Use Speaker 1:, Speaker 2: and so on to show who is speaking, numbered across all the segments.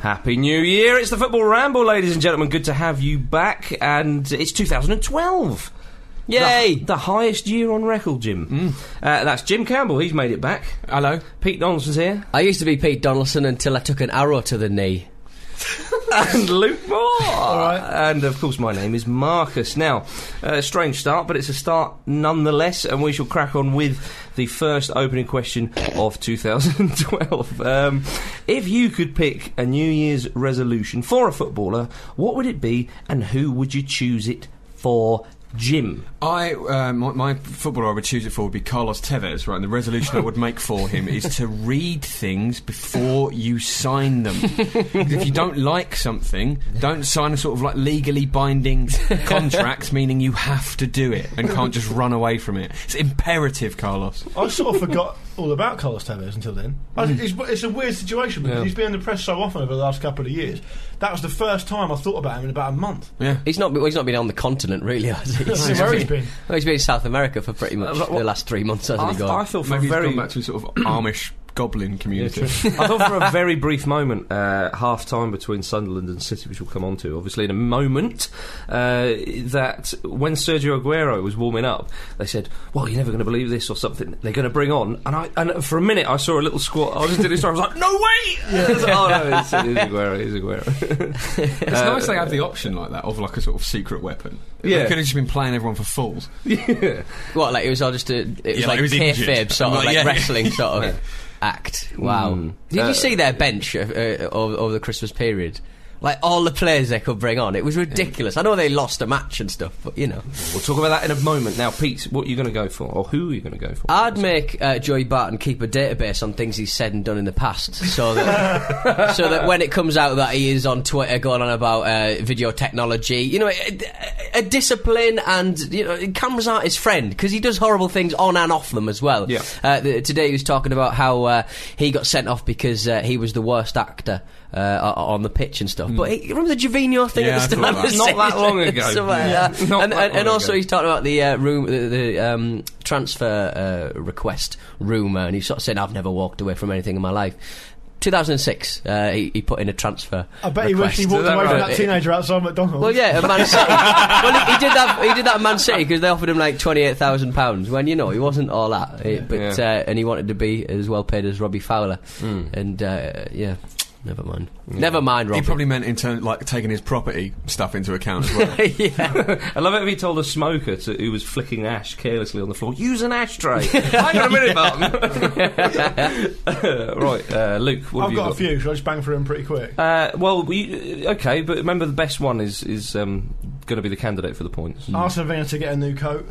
Speaker 1: Happy New Year! It's the Football Ramble, ladies and gentlemen. Good to have you back, and it's 2012.
Speaker 2: Yay! Mm.
Speaker 1: The, the highest year on record, Jim. Uh, that's Jim Campbell. He's made it back.
Speaker 2: Hello.
Speaker 1: Pete Donaldson's here,
Speaker 2: I used to be Pete Donaldson until I took an arrow to the knee.
Speaker 1: and Luke Moore. And of course, my name is Marcus. Now, uh, strange start, but it's a start nonetheless, and we shall crack on with the first opening question of 2012. Um, if you could pick a New Year's resolution for a footballer, what would it be, and who would you choose it for? Jim.
Speaker 3: I uh, my, my footballer I would choose it for would be Carlos Tevez, right? And the resolution I would make for him is to read things before you sign them. if you don't like something, don't sign a sort of like legally binding contract, meaning you have to do it and can't just run away from it. It's imperative, Carlos.
Speaker 4: I sort of forgot all about Carlos Tevez until then. I-
Speaker 1: Hmm.
Speaker 4: It's, it's a weird situation because he's been in the press so often over the last couple of years. That was the first time I thought about him in about a month.
Speaker 3: Yeah.
Speaker 2: He's not. Well, he's not been on the continent really, has he?
Speaker 4: I don't know where he's been.
Speaker 2: Well, he's been in South America for pretty much
Speaker 1: Uh, what-
Speaker 2: the last three months, hasn't
Speaker 1: I,
Speaker 2: he?
Speaker 1: I
Speaker 2: Gone?
Speaker 1: feel for
Speaker 3: Maybe
Speaker 1: a
Speaker 3: he's
Speaker 1: very
Speaker 3: gone back to his sort of Amish goblin community.
Speaker 1: I thought for a very brief moment, uh, half time between Sunderland and City, which we'll come on to obviously in a moment, uh, that when Sergio Aguero was warming up, they said, Well, you're never going to believe this or something. They're going to bring on. And I and for a minute, I saw a little squat. I just did this, I was like, No way! I was like, oh, no, it's, it is Aguero, it is Aguero.
Speaker 3: It's nice they have the option like that of like a sort of secret weapon.
Speaker 1: Uh, Yeah.
Speaker 3: They could have just been playing everyone for fools.
Speaker 1: yeah.
Speaker 2: What? Like it was all just a. It was
Speaker 3: Yeah,
Speaker 2: like
Speaker 3: like, he was
Speaker 2: kayfabe
Speaker 3: injured.
Speaker 2: sort of
Speaker 3: Like,
Speaker 2: like
Speaker 3: yeah. Hmm.
Speaker 2: wrestling sort of act. Wow.
Speaker 1: Mm.
Speaker 2: Did
Speaker 1: Uh,
Speaker 2: you see their bench uh, uh, over, over the Christmas period? Like all the players they could bring on, it was ridiculous. I know they lost a match and stuff, but you know,
Speaker 1: We'll talk about that in a moment. Now, Pete, what are you going to go for? Or who are you going to go for?
Speaker 2: I'd make uh, Joey Barton keep a database on things he's said and done in the past, so that so that when it comes out that he is on Twitter going on about uh, video technology, you know, a, a discipline and you know, cameras aren't his friend because he does horrible things on and off them as well.
Speaker 1: Yeah.
Speaker 2: Uh, the, today he was talking about how uh, he got sent off because uh, he was the worst actor. Uh, o- on the pitch and stuff,
Speaker 1: Hmm.
Speaker 2: but he, remember the Jovino thing
Speaker 3: Yeah,
Speaker 2: at
Speaker 3: I
Speaker 2: the start
Speaker 3: thought
Speaker 2: of the
Speaker 1: that. Not that long
Speaker 2: season?
Speaker 1: ago.
Speaker 2: Something like
Speaker 1: Yeah.
Speaker 2: that.
Speaker 1: Not
Speaker 2: and,
Speaker 1: that
Speaker 2: and, and
Speaker 1: long
Speaker 2: also
Speaker 1: ago.
Speaker 2: he's talking about the uh, room, the, the um, transfer uh, request rumor, and he's sort of saying, "I've never walked away from anything in my life." 2006, uh, he, he put in a transfer.
Speaker 4: I bet he wished
Speaker 2: request.
Speaker 4: he walked
Speaker 1: Is that
Speaker 4: away from
Speaker 1: right?
Speaker 4: that teenager outside McDonald's.
Speaker 2: Well, yeah, at Man City. well, he, he did that. He did that at Man City because they offered him like twenty-eight thousand pounds. When you know he wasn't all that, He- but
Speaker 1: Yeah.
Speaker 2: uh, and he wanted to be as well paid as Robbie Fowler.
Speaker 1: Hmm.
Speaker 2: And uh, yeah, never mind. Never mind,
Speaker 3: He
Speaker 2: Robbie.
Speaker 3: probably meant in turn like taking his property stuff into account as well.
Speaker 2: yeah.
Speaker 1: I love it if he told a smoker to, who was flicking ash carelessly on the floor, use an ashtray. Hang on a minute, Barton. right, uh, Luke, what have
Speaker 4: I've
Speaker 1: you
Speaker 4: got,
Speaker 1: got?
Speaker 4: a few, so I just bang through them pretty quick.
Speaker 1: Uh, well, we, okay, but remember the best one is is um, going to be the candidate for the points.
Speaker 4: Arsene Wenger to get a new coat.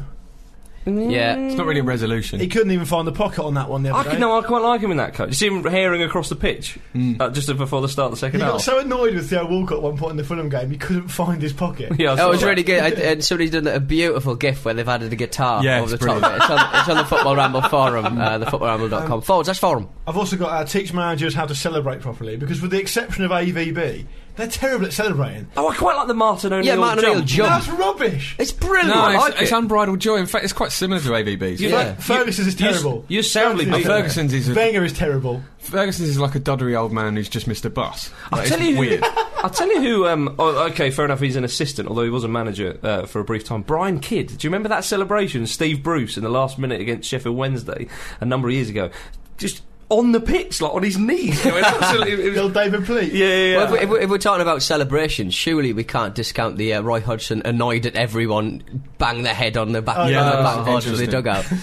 Speaker 2: yeah.
Speaker 3: it's not really a resolution.
Speaker 4: He couldn't even find the pocket on that one the
Speaker 1: I
Speaker 4: other
Speaker 1: could,
Speaker 4: day.
Speaker 1: no, I quite like him in that coat. You see him herring across the pitch uh, just before the start of the
Speaker 4: he
Speaker 1: second
Speaker 4: Hmm. got
Speaker 1: half.
Speaker 4: so annoyed with Theo Walcott at one point in the Fulham game, he couldn't find his pocket.
Speaker 1: yeah, I
Speaker 2: That
Speaker 1: saw
Speaker 2: was
Speaker 1: that.
Speaker 2: really good. I, and somebody's done a beautiful GIF where they've added a guitar
Speaker 3: Yeah,
Speaker 2: over the
Speaker 3: it's
Speaker 2: top of it. It's on, it's on the Football Ramble forum, uh, thefootballramble.com. forward slash forum.
Speaker 4: I've also got uh, teach managers how to celebrate properly because, with the exception of AVB, they're terrible at celebrating.
Speaker 1: Oh, I quite like the Martin O'Neill.
Speaker 2: Yeah, Martin O'Neill jump.
Speaker 4: That's rubbish.
Speaker 2: It's brilliant.
Speaker 3: no,
Speaker 2: I
Speaker 3: it's,
Speaker 2: like
Speaker 3: it's
Speaker 2: it.
Speaker 3: unbridled joy. In fact, it's quite similar to ABB's.
Speaker 1: You
Speaker 2: Yeah.
Speaker 1: like-
Speaker 4: Ferguson's is
Speaker 1: you-
Speaker 4: terrible.
Speaker 1: you soundly
Speaker 4: Ferguson's
Speaker 1: beat them.
Speaker 3: Ferguson's
Speaker 4: is-
Speaker 3: is a,
Speaker 4: Wenger is terrible.
Speaker 3: Ferguson's is like a duddery old man who's just missed a bus. Like,
Speaker 1: tell
Speaker 3: it's
Speaker 1: you-
Speaker 3: weird.
Speaker 1: I'll tell you who. Um, oh, okay, fair enough. He's an assistant, although he was a manager uh, for a brief time. Brian Kidd. Do you remember that celebration? Steve Bruce in the last minute against Sheffield Wednesday a number of years ago. Just. on the pitch, like on his knees. Going, absolutely, it
Speaker 4: Little
Speaker 1: was-
Speaker 4: David Pleat.
Speaker 1: yeah, yeah, yeah.
Speaker 2: Well, if, we, if, we, if we're talking about celebrations, surely we can't discount the uh, Roy Hodgson annoyed at everyone bang their head on the back,
Speaker 4: Oh,
Speaker 2: on
Speaker 4: yeah.
Speaker 2: the back
Speaker 3: Oh,
Speaker 2: board of the
Speaker 3: interesting.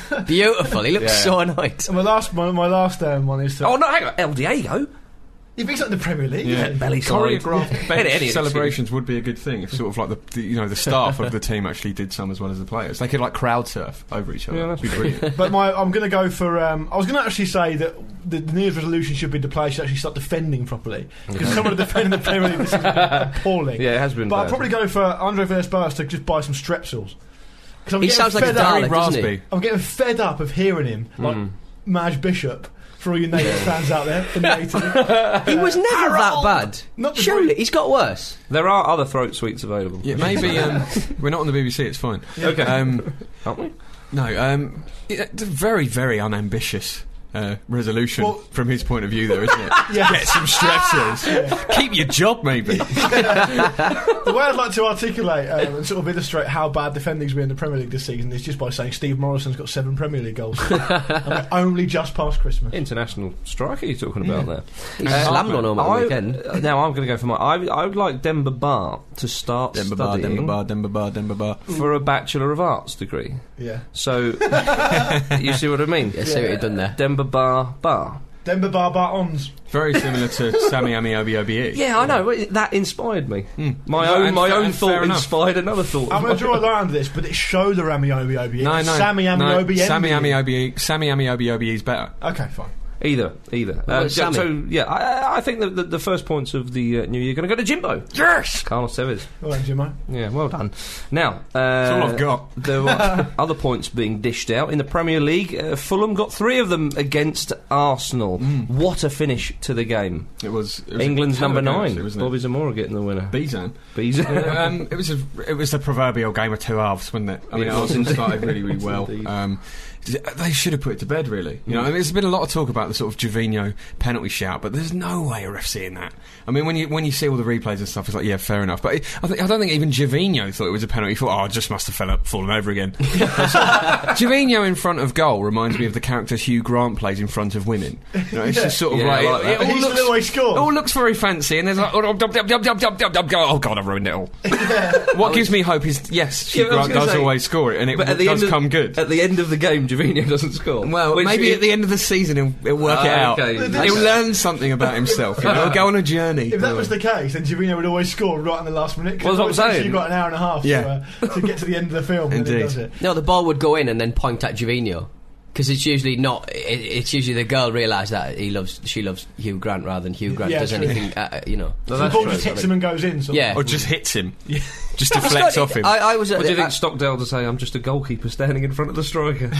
Speaker 2: dugout. Beautiful. He looks
Speaker 3: Yeah.
Speaker 2: so annoyed.
Speaker 4: And my last, my, my last um, one is to.
Speaker 1: oh no, hang on, El Diego,
Speaker 4: He picks up the Premier League.
Speaker 3: Yeah.
Speaker 1: belly side.
Speaker 3: Choreographed bench
Speaker 1: Any- any-
Speaker 3: celebrations would be a good thing if sort of like the, the you know the staff of the team actually did some as well as the players. They could like crowd surf over each other.
Speaker 1: Yeah, that's
Speaker 3: It'd be brilliant.
Speaker 4: But my, I'm going to go for. Um, I was going to actually say that the, the New Year's resolution should be the players should actually start defending properly because some of the defending the Premier League this is appalling.
Speaker 1: Yeah, it has been.
Speaker 4: But I'll
Speaker 1: bad.
Speaker 4: probably go for Andre Villas-Boas to just buy some Strepsils. 'Cause I'm
Speaker 2: He
Speaker 4: getting
Speaker 2: sounds like a
Speaker 4: fed up-
Speaker 2: Dalek, doesn't he?
Speaker 3: Raspberry.
Speaker 4: I'm getting fed up of hearing him like Maj Bishop for all you Nathan fans out there in the 80s.
Speaker 2: He was never that
Speaker 4: Harold!
Speaker 2: bad.
Speaker 4: Not the
Speaker 2: surely
Speaker 4: great-
Speaker 2: he's got worse.
Speaker 1: there are other throat sweets available.
Speaker 3: Yeah, maybe um, we're not on the BBC. It's fine.
Speaker 1: Okay.
Speaker 3: Um,
Speaker 1: aren't we?
Speaker 3: no, um, it's a very very unambitious. Uh, resolution
Speaker 4: Well-
Speaker 3: from his point of view, though, isn't it?
Speaker 4: Yes.
Speaker 3: Get some stresses. Keep your job, maybe.
Speaker 4: the way I'd like to articulate um, and sort of illustrate how bad defending's been in the Premier League this season is just by saying Steve Morrison's got seven Premier League goals. and we're only just past Christmas.
Speaker 1: International striker you're talking about there. Uh,
Speaker 2: He slammed one home at the
Speaker 1: I-
Speaker 2: weekend.
Speaker 1: uh, Now I'm going to go for my. I, I would like Denver Bar to start
Speaker 3: Denver bar,
Speaker 1: studying
Speaker 3: Denver bar, Denver bar, Denver bar.
Speaker 1: for a Bachelor of Arts degree.
Speaker 4: Yeah.
Speaker 1: So you see what I mean?
Speaker 2: Yeah, see what you've done there.
Speaker 1: Denver Bar Bar.
Speaker 4: Denver Barbar Ons.
Speaker 3: Very similar to Sammy Ami Obi Obi E.
Speaker 1: Yeah, I know. it- That inspired me. Hmm. My
Speaker 3: Yeah,
Speaker 1: own
Speaker 3: and
Speaker 1: my
Speaker 3: fa-
Speaker 1: own
Speaker 3: and fair
Speaker 1: thought
Speaker 3: enough.
Speaker 1: inspired another thought.
Speaker 4: I'm going to draw a line under this, but it showed the Rami Obi Obi.
Speaker 3: No, no,
Speaker 4: Sammy Ami
Speaker 3: no,
Speaker 4: Obi
Speaker 3: Sammy
Speaker 4: Envy.
Speaker 3: Ami Obi E. Sammy Ami Obi Obi E is better.
Speaker 4: Okay, fine.
Speaker 1: Either, either.
Speaker 2: Well, it's
Speaker 1: yeah,
Speaker 2: Sammy.
Speaker 1: so yeah, I, I- I think that the, the first points of the uh, new year are going to go to Jimbo. Yes, Carlos Tevez.
Speaker 4: All right, Jimmo.
Speaker 1: Yeah, well done. Now, uh, that's
Speaker 3: all I've got.
Speaker 1: There were other points being dished out in the Premier League. Uh, Fulham got three of them against Arsenal. What a finish to the game!
Speaker 3: It was, Hmm. it was a
Speaker 1: England's
Speaker 3: hell of
Speaker 1: number
Speaker 3: a penalty,
Speaker 1: nine,
Speaker 3: wasn't it?
Speaker 1: Bobby Zamora getting the winner.
Speaker 3: Bizan.
Speaker 1: Beezer.
Speaker 3: um, it was a, it was the proverbial game of two halves, wasn't it? I mean,
Speaker 1: It was
Speaker 3: Arsenal started really, really well.
Speaker 1: indeed.
Speaker 3: Um, d- they should have put it to bed, really. You know, I mean, there's been a lot of talk about the sort of Jovino penalty shout, but there's no way a ref seeing that. I mean, when you when you see all the replays and stuff, it's like, yeah, fair enough. But it, I, th- I don't think even Jovino thought it was a penalty. He thought, oh, I just must have fell up, fallen over again. Jovino in front of goal reminds me of the character Hugh Grant plays in front of women. You know, it's just sort of
Speaker 1: Yeah, I
Speaker 3: like,
Speaker 1: like
Speaker 3: it- it
Speaker 4: But
Speaker 3: all
Speaker 4: he's
Speaker 3: looks-
Speaker 4: the way
Speaker 3: it
Speaker 4: scored.
Speaker 3: all looks very fancy, and there's like, oh, dub, dub, dub, dub, dub, dub, dub, go- oh god, I've ruined it all. what gives me hope is yes, she
Speaker 1: Yeah, I was gonna
Speaker 3: does
Speaker 1: say-
Speaker 3: always score it, and it
Speaker 1: But at the
Speaker 3: does
Speaker 1: end of,
Speaker 3: come good.
Speaker 1: At the end of the game, Jovino doesn't score.
Speaker 3: well,
Speaker 1: Which
Speaker 3: maybe
Speaker 1: is-
Speaker 3: at the end of the season he'll, he'll work
Speaker 1: Ah,
Speaker 3: it out.
Speaker 1: okay.
Speaker 3: He'll learn something about himself. You know? He'll go on a journey.
Speaker 4: If that was the case, then Jovino would always score right in the last minute. 'cause
Speaker 1: Well, that's what I'm
Speaker 4: obviously
Speaker 1: saying.
Speaker 4: You've got an hour and a half
Speaker 3: Yeah.
Speaker 4: to, uh, to get to the end of the film, and then
Speaker 3: Indeed.
Speaker 4: he does it.
Speaker 2: No, the ball would go in and then point at Jovino. Because it's usually not. It, it's usually the girl realised that he loves, she loves Hugh Grant rather than Hugh Grant
Speaker 4: Yeah,
Speaker 2: does
Speaker 4: true.
Speaker 2: anything. Uh, you know.
Speaker 4: So the ball just hits him and goes in. Sort of.
Speaker 2: Yeah.
Speaker 3: or just hits him, just
Speaker 2: I was
Speaker 3: deflects
Speaker 2: got-
Speaker 3: off him.
Speaker 2: I, I was. at
Speaker 1: What do you
Speaker 2: the-
Speaker 1: think
Speaker 2: I-
Speaker 1: Stockdale to say? I'm just a goalkeeper standing in front of the striker.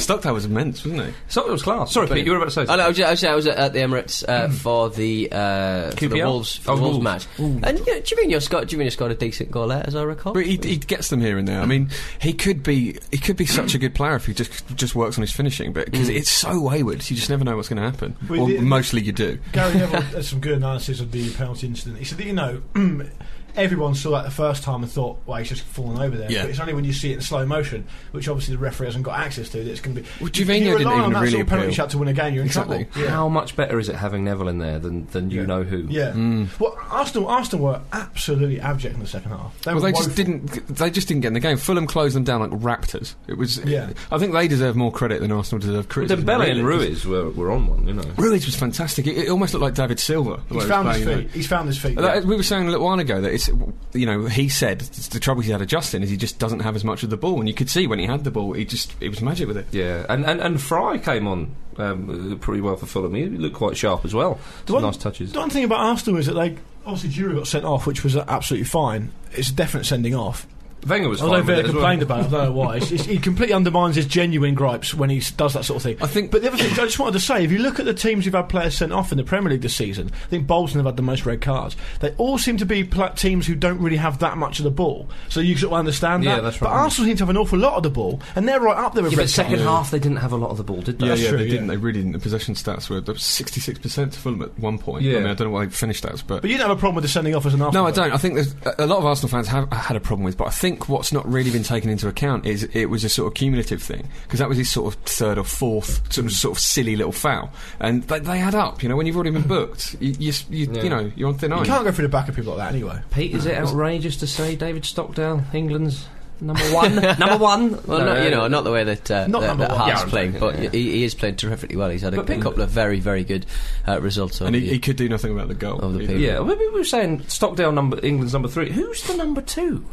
Speaker 3: Stockdale was immense, wasn't he?
Speaker 1: Stockdale's class. Sorry, Pete, you were about to say.
Speaker 2: Oh, no, I
Speaker 1: something.
Speaker 2: was, ju- I was, I was at the Emirates uh,
Speaker 1: Hmm.
Speaker 2: for the uh, for the
Speaker 1: QPR?
Speaker 2: Wolves for
Speaker 1: Oh,
Speaker 2: the Wolves,
Speaker 1: Wolves.
Speaker 2: match, and you know, Jimeno scored. Jimeno scored a decent goal there, as I recall.
Speaker 3: But he, he gets them here and there. I mean, he could be he could be such a good player if he just just works on his finishing, but because it's so wayward, you just never know what's going to happen.
Speaker 4: We
Speaker 3: Well,
Speaker 4: did-
Speaker 3: mostly you do.
Speaker 4: Gary Neville had some good analysis of the penalty incident. He said that, you know, everyone saw that the first time and thought, well, he's just fallen over there.
Speaker 3: Yeah.
Speaker 4: But it's only when you see it in slow motion, which obviously the referee hasn't got access to, that it's going to be.
Speaker 3: Well,
Speaker 4: if you
Speaker 3: Jovino
Speaker 4: rely
Speaker 3: didn't
Speaker 4: on
Speaker 3: even
Speaker 4: that
Speaker 3: really
Speaker 4: sort of penalty
Speaker 3: appeal.
Speaker 4: shot to win a game, you're in
Speaker 3: Exactly.
Speaker 4: trouble. Yeah.
Speaker 1: How much better is it having Neville in there than, than you
Speaker 4: Yeah.
Speaker 1: know who?
Speaker 4: Yeah.
Speaker 3: Mm.
Speaker 4: Well, Arsenal, Arsenal were absolutely abject in the second half. They
Speaker 3: Well,
Speaker 4: were
Speaker 3: they just
Speaker 4: woeful.
Speaker 3: didn't. They just didn't get in the game. Fulham closed them down like raptors. It was.
Speaker 4: Yeah.
Speaker 3: I think they deserve more credit than Arsenal deserve
Speaker 1: Well,
Speaker 3: criticism.
Speaker 1: Dembele and
Speaker 3: really.
Speaker 1: Ruiz were, were on one, you know.
Speaker 3: Ruiz was fantastic. It, it almost looked like David Silva. the way he
Speaker 4: He's
Speaker 3: was
Speaker 4: found his
Speaker 3: playing,
Speaker 4: feet. He's found his feet.
Speaker 3: you know. That- We were saying a little while ago that it's you know he said the trouble he's had at Justin is he just doesn't have as much of the ball and you could see when he had the ball he just it was magic with it.
Speaker 1: Yeah, and, and, and Fry came on um, pretty well for Fulham. He looked quite sharp as well.
Speaker 4: The
Speaker 1: Some
Speaker 4: one-
Speaker 1: nice touches.
Speaker 4: The one thing about Arsenal is that they obviously Giroud got sent off, which was uh, absolutely fine. It's a definite sending off.
Speaker 1: Wenger was
Speaker 4: Although
Speaker 1: fine with
Speaker 4: Villa
Speaker 1: it as well.
Speaker 4: complained about it, I don't know why. It's, it's, he completely undermines his genuine gripes when he s- does that sort of thing.
Speaker 3: I think-
Speaker 4: But the other thing I just wanted to say, if you look at the teams who've had players sent off in the Premier League this season, I think Bolton have had the most red cards. They all seem to be pla teams who don't really have that much of the ball, so you sort of understand
Speaker 1: Yeah,
Speaker 4: that.
Speaker 1: that's
Speaker 4: But
Speaker 1: right.
Speaker 4: Arsenal seem to have an awful lot of the ball, and they're right up there with
Speaker 1: Yeah,
Speaker 4: red
Speaker 1: but second
Speaker 4: cards.
Speaker 1: half they didn't have a lot of the ball, did they?
Speaker 3: Yeah,
Speaker 4: That's
Speaker 3: yeah,
Speaker 4: true,
Speaker 3: they
Speaker 4: yeah.
Speaker 3: didn't. They really didn't. The possession stats were sixty six percent to Fulham at one point.
Speaker 1: Yeah.
Speaker 3: I mean, I don't know what they finished as, but
Speaker 4: But you don't have a problem with the sending off as an
Speaker 3: No, I
Speaker 4: afterthought.
Speaker 3: don't. I think there's a- a lot of Arsenal fans have had a problem with, but I think what's not really been taken into account is it was a sort of cumulative thing because that was his sort of third or fourth sort of, sort of silly little foul, and they, they add up. You know, when you've already been booked, you you, s- you,
Speaker 1: Yeah.
Speaker 3: you know you're on thin
Speaker 4: You
Speaker 3: ice.
Speaker 4: can't go through the back of people like that anyway.
Speaker 1: Pete, is it outrageous to say David Stockdale, England's number one? number one?
Speaker 2: Well,
Speaker 1: No,
Speaker 2: not, you
Speaker 1: no,
Speaker 2: know,
Speaker 1: no.
Speaker 2: not the way that, uh,
Speaker 4: Not
Speaker 2: that,
Speaker 4: number
Speaker 2: that
Speaker 4: one.
Speaker 2: Hart's
Speaker 1: Yeah,
Speaker 2: playing, but
Speaker 1: yeah.
Speaker 2: he, he is playing terrifically well. He's had a,
Speaker 1: But
Speaker 2: a couple of very, very good uh, results.
Speaker 3: And
Speaker 2: over
Speaker 3: he,
Speaker 2: the-
Speaker 3: he could do nothing about the goal.
Speaker 2: Of the
Speaker 3: either.
Speaker 2: people.
Speaker 1: Yeah, maybe we were saying Stockdale number England's number three. Who's the number two?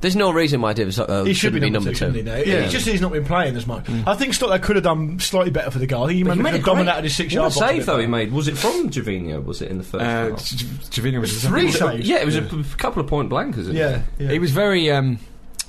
Speaker 2: There's no reason why Davis
Speaker 1: Oh,
Speaker 2: uh,
Speaker 4: He should be number, two, shouldn't he? No?
Speaker 1: Yeah. Mm.
Speaker 4: It's just he's not been playing as much. I think Stockdale could have done slightly better for the goal. I think he
Speaker 1: But
Speaker 4: might
Speaker 1: he made
Speaker 4: have
Speaker 1: a
Speaker 4: dominated
Speaker 1: great-
Speaker 4: his six
Speaker 1: What
Speaker 4: yard
Speaker 1: a save though he made. Was it from Jovino? Was it in the first?
Speaker 3: Uh,
Speaker 1: half?
Speaker 3: J- J- Jovino was the second
Speaker 4: Three
Speaker 3: one.
Speaker 4: saves.
Speaker 1: yeah, it was a p- couple of point blankers. isn't it?
Speaker 4: Yeah, yeah.
Speaker 3: He was very, um,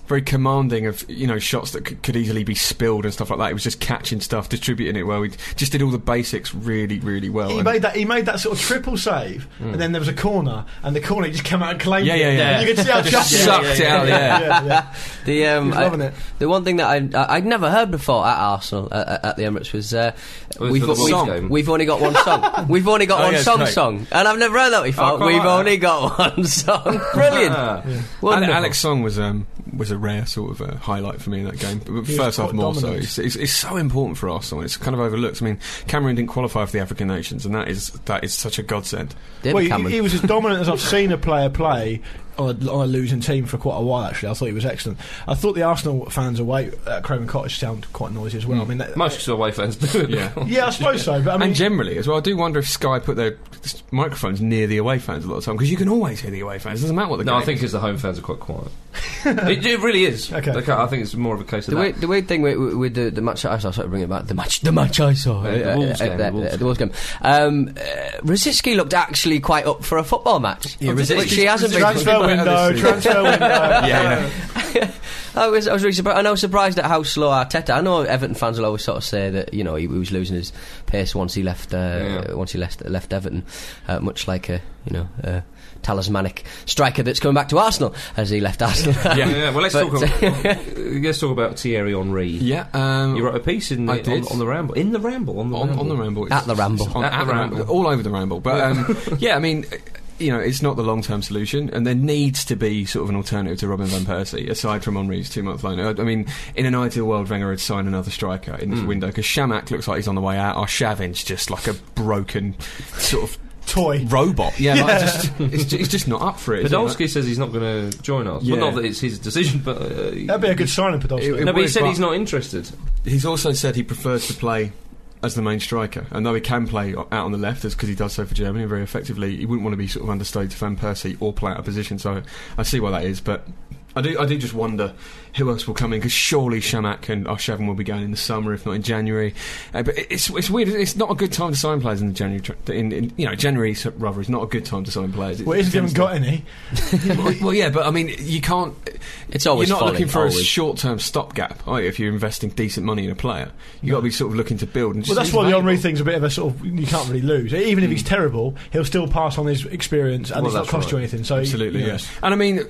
Speaker 3: very commanding of you know shots that c- could easily be spilled and stuff like that. He was just catching stuff, distributing it well. He just did all the basics really, really well.
Speaker 4: He
Speaker 3: And-
Speaker 4: made that. He made that sort of triple save, and then there was a corner, and the corner he just came out and claimed
Speaker 3: Hmm. Yeah, yeah,
Speaker 4: it.
Speaker 3: yeah.
Speaker 4: And you could see how
Speaker 3: Just
Speaker 4: chuffed he was.
Speaker 3: sucked it out of the air.
Speaker 4: Yeah, yeah.
Speaker 2: The um,
Speaker 4: He's loving
Speaker 2: I-
Speaker 4: it.
Speaker 2: the one thing that I, I I'd never heard before at Arsenal uh, at the Emirates was uh,
Speaker 1: Oh, it's
Speaker 2: we've,
Speaker 1: for the
Speaker 2: we've,
Speaker 1: Wolves game.
Speaker 2: we've only got one song. we've only got
Speaker 3: Oh,
Speaker 2: one
Speaker 3: yeah,
Speaker 2: song
Speaker 3: right.
Speaker 2: song, and I've never heard that
Speaker 1: Oh,
Speaker 2: before.
Speaker 1: quite
Speaker 2: we've
Speaker 1: like
Speaker 2: only got one song. Brilliant.
Speaker 1: Ah.
Speaker 3: Ale-
Speaker 2: Wonderful.
Speaker 3: Alex Song was um, was a rare sort of uh, highlight for me in that game. But
Speaker 4: was
Speaker 3: first half
Speaker 4: quite
Speaker 3: more so,
Speaker 4: dominant.
Speaker 3: it's, it's, it's so important for Arsenal. It's kind of overlooked. I mean, Cameroon didn't qualify for the African Nations, and that is that is such a godsend.
Speaker 2: David
Speaker 4: Well,
Speaker 2: Cameron.
Speaker 4: he, he was as dominant as I've seen a player play on a, on a losing team for quite a while. Actually, I thought he was excellent. I thought the Arsenal fans away at Craven Cottage sound quite noisy as well. I mean, that,
Speaker 1: Most away fans do.
Speaker 3: Yeah.
Speaker 4: yeah, I suppose so. But I mean,
Speaker 3: Hmm. and generally as well, I do wonder if Sky put their s- microphones near the away fans a lot of the time because you can always hear the away fans. It doesn't matter what the
Speaker 1: No,
Speaker 3: game
Speaker 1: I think
Speaker 3: is.
Speaker 1: because the home fans are quite quiet. it, it really is.
Speaker 4: Okay.
Speaker 1: They can't- I think it's more of a case of
Speaker 2: The
Speaker 1: that.
Speaker 2: weird, the weird thing with, with the, the match that I saw, sorry to bring it back, the match, the match I saw,
Speaker 1: Yeah, the Wolves game,
Speaker 2: the,
Speaker 1: the Wolves
Speaker 2: the Wolves game. Um, uh, Rosicki looked actually quite up for a football match,
Speaker 4: Yeah,
Speaker 2: which
Speaker 4: Rosicki-
Speaker 2: he hasn't been.
Speaker 4: transfer
Speaker 3: Better
Speaker 4: window,
Speaker 3: this season.
Speaker 4: transfer window.
Speaker 3: yeah,
Speaker 2: I was, I was really surprised, and I was surprised at how slow Arteta. I know Everton fans will always sort of say that you know he, was losing his pace once he left, uh,
Speaker 1: Yeah.
Speaker 2: once he left left Everton, uh, much like a you know a talismanic striker that's coming back to Arsenal as he left Arsenal.
Speaker 1: yeah, yeah, well, let's
Speaker 2: But-
Speaker 1: talk. About, let's talk about Thierry Henry.
Speaker 3: yeah. Um,
Speaker 1: You wrote a piece in the,
Speaker 3: I
Speaker 1: on,
Speaker 3: did.
Speaker 1: on the ramble. In the ramble. On the
Speaker 3: on,
Speaker 1: ramble.
Speaker 3: on the ramble
Speaker 2: At the Ramble.
Speaker 3: It's on-
Speaker 1: At
Speaker 3: at,
Speaker 1: the
Speaker 3: the
Speaker 1: Ramble.
Speaker 3: ramble. all over the ramble. But um, yeah, I mean, you know, it's not the long-term solution, and there needs to be sort of an alternative to Robin van Persie aside from Henri's two-month loan. I, I mean, in an ideal world, Wenger would sign another striker in this window because Shamak looks like he's on the way out. Our Shavin's just like a broken sort of.
Speaker 4: Toy.
Speaker 3: Robot, yeah, like, just, it's, ju- it's just not up for it. is it? Like-
Speaker 1: Podolski says he's not going to join us.
Speaker 3: Yeah.
Speaker 1: Well, not that it's his decision, but uh,
Speaker 4: That'd be a good signing,
Speaker 3: It-
Speaker 4: Podolski.
Speaker 3: it-
Speaker 1: No, but he
Speaker 3: would,
Speaker 1: said
Speaker 3: but-
Speaker 1: he's not interested.
Speaker 3: He's also said he prefers to play as the main striker, and though he can play o- out on the left, because he does so for Germany very effectively, he wouldn't want to be sort of understudied to Van Persie or play out of position. So I see why that is, but I do I do just wonder who else will come in because surely Shamak and Arshavin will be going in the summer, if not in January. Uh, but it- it's it's weird. It's not a good time to sign players in the January. tr- In, in you know January so- rather is not a good time to sign players. It-
Speaker 4: Well, it isn't
Speaker 3: it
Speaker 4: even
Speaker 3: feels
Speaker 4: got any.
Speaker 3: like- well, yeah, but I mean you can't.
Speaker 2: It's always
Speaker 3: You're not
Speaker 2: folly,
Speaker 3: looking for a
Speaker 2: always.
Speaker 3: short-term stopgap, are you? If you're investing decent money in a player, you've got to be sort of looking to build. And
Speaker 4: Well,
Speaker 3: just
Speaker 4: that's
Speaker 3: he's
Speaker 4: why the Henri
Speaker 3: available.
Speaker 4: thing's a bit of a sort of you can't really lose. Even if
Speaker 3: Hmm.
Speaker 4: he's terrible, he'll still pass on his experience, and
Speaker 1: Well,
Speaker 4: it's not
Speaker 1: that's
Speaker 4: cost you
Speaker 1: right.
Speaker 4: anything. So
Speaker 3: Absolutely, yes. And I mean,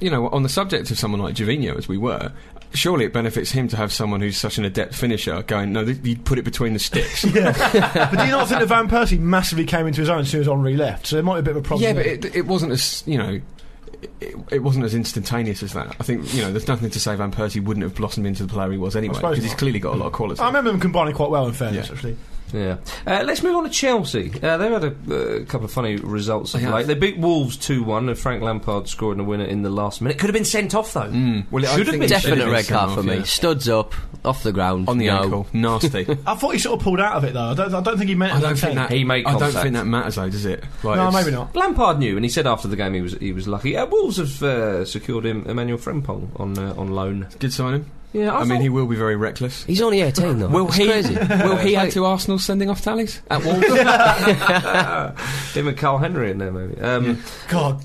Speaker 3: you know, on the subject of someone like Jovino, as we were, surely it benefits him to have someone who's such an adept finisher going, no, th- you put it between the sticks.
Speaker 4: but do you not think that Van Persie massively came into his own as soon as Henri left? So there might be a bit of a problem.
Speaker 3: yeah, but
Speaker 4: there.
Speaker 3: it, it wasn't as, you know, it, it wasn't as instantaneous as that. I think, you know, there's nothing to say Van Persie wouldn't have blossomed into the player he was anyway,
Speaker 4: suppose
Speaker 3: because he's
Speaker 4: not.
Speaker 3: clearly got a lot of quality.
Speaker 4: I remember them combining quite well. In fairness,
Speaker 3: Yeah.
Speaker 4: actually,
Speaker 1: Yeah. Uh, let's move on to Chelsea. Uh, they've had a uh, couple of funny results of
Speaker 3: They have.
Speaker 1: late. They beat Wolves 2 1, and Frank Lampard scored a winner in the last minute. Could have been sent off, though.
Speaker 3: Mm. Well, I
Speaker 1: Should have
Speaker 3: think
Speaker 1: been.
Speaker 3: it should have
Speaker 2: Definite red
Speaker 3: sent
Speaker 2: card
Speaker 3: off,
Speaker 2: for me.
Speaker 3: yeah.
Speaker 2: Studs up, off the ground,
Speaker 3: On the
Speaker 2: no.
Speaker 3: ankle. Nasty.
Speaker 4: I thought he sort of pulled out of it though. I don't, I don't think he meant.
Speaker 3: I
Speaker 4: it
Speaker 3: don't
Speaker 4: as a
Speaker 3: think
Speaker 4: take.
Speaker 3: that
Speaker 1: He made
Speaker 3: I don't
Speaker 1: contact.
Speaker 3: think that matters though, does it? Like,
Speaker 4: No,
Speaker 3: it's-
Speaker 4: maybe not.
Speaker 1: Lampard knew, and he said after the game he was he was lucky. Uh, Wolves have uh, secured him Emmanuel Frimpong on uh, on loan.
Speaker 3: Good signing.
Speaker 1: Yeah, I,
Speaker 3: I mean, he
Speaker 1: thought-
Speaker 3: will be very reckless.
Speaker 2: He's only 18 though.
Speaker 3: Will
Speaker 2: It's
Speaker 3: he?
Speaker 2: crazy.
Speaker 3: Will he add to Arsenal's sending off tallies at Wolves?
Speaker 1: him and Carl Henry in there maybe. Um,
Speaker 4: God,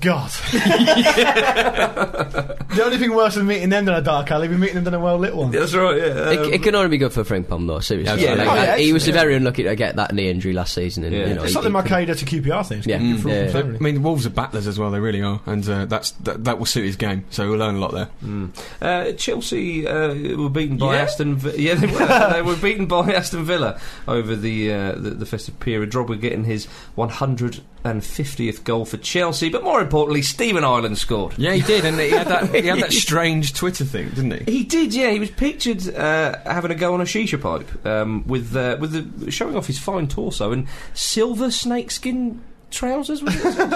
Speaker 4: God. the only thing worse than meeting them than a dark alley, we meeting them than a well lit one.
Speaker 1: That's right. Yeah,
Speaker 2: It,
Speaker 1: um,
Speaker 2: it can only be good for Frimpong though. Seriously,
Speaker 3: Yeah,
Speaker 2: Like,
Speaker 4: oh, yeah,
Speaker 2: he was
Speaker 4: absolutely.
Speaker 2: very unlucky to get that knee injury last season, and
Speaker 1: Yeah.
Speaker 2: you know,
Speaker 4: It's
Speaker 2: he-
Speaker 4: something
Speaker 2: he
Speaker 4: like
Speaker 2: couldn't-
Speaker 4: Ada to QPR things.
Speaker 2: Yeah.
Speaker 4: Good for
Speaker 2: Yeah.
Speaker 4: him,
Speaker 3: I
Speaker 4: really.
Speaker 3: mean, Wolves are battlers as well. They really are, and uh, that's that, that will suit his game. So he'll learn a lot there.
Speaker 1: mm. Hmm. Uh, Chelsea uh, were, were beaten by
Speaker 2: Yeah?
Speaker 1: Aston. Vi- Yeah, they were. they were beaten by Aston Villa over the uh, the, the festive period. Drogba getting his 150th goal for Chelsea, but more importantly, Stephen Ireland scored.
Speaker 3: Yeah, he did, and he had that he had that strange Twitter thing, didn't he?
Speaker 1: He did, yeah. He was pictured uh, having a go on a shisha pipe um, with uh, with the, showing off his fine torso and silver snakeskin trousers. Was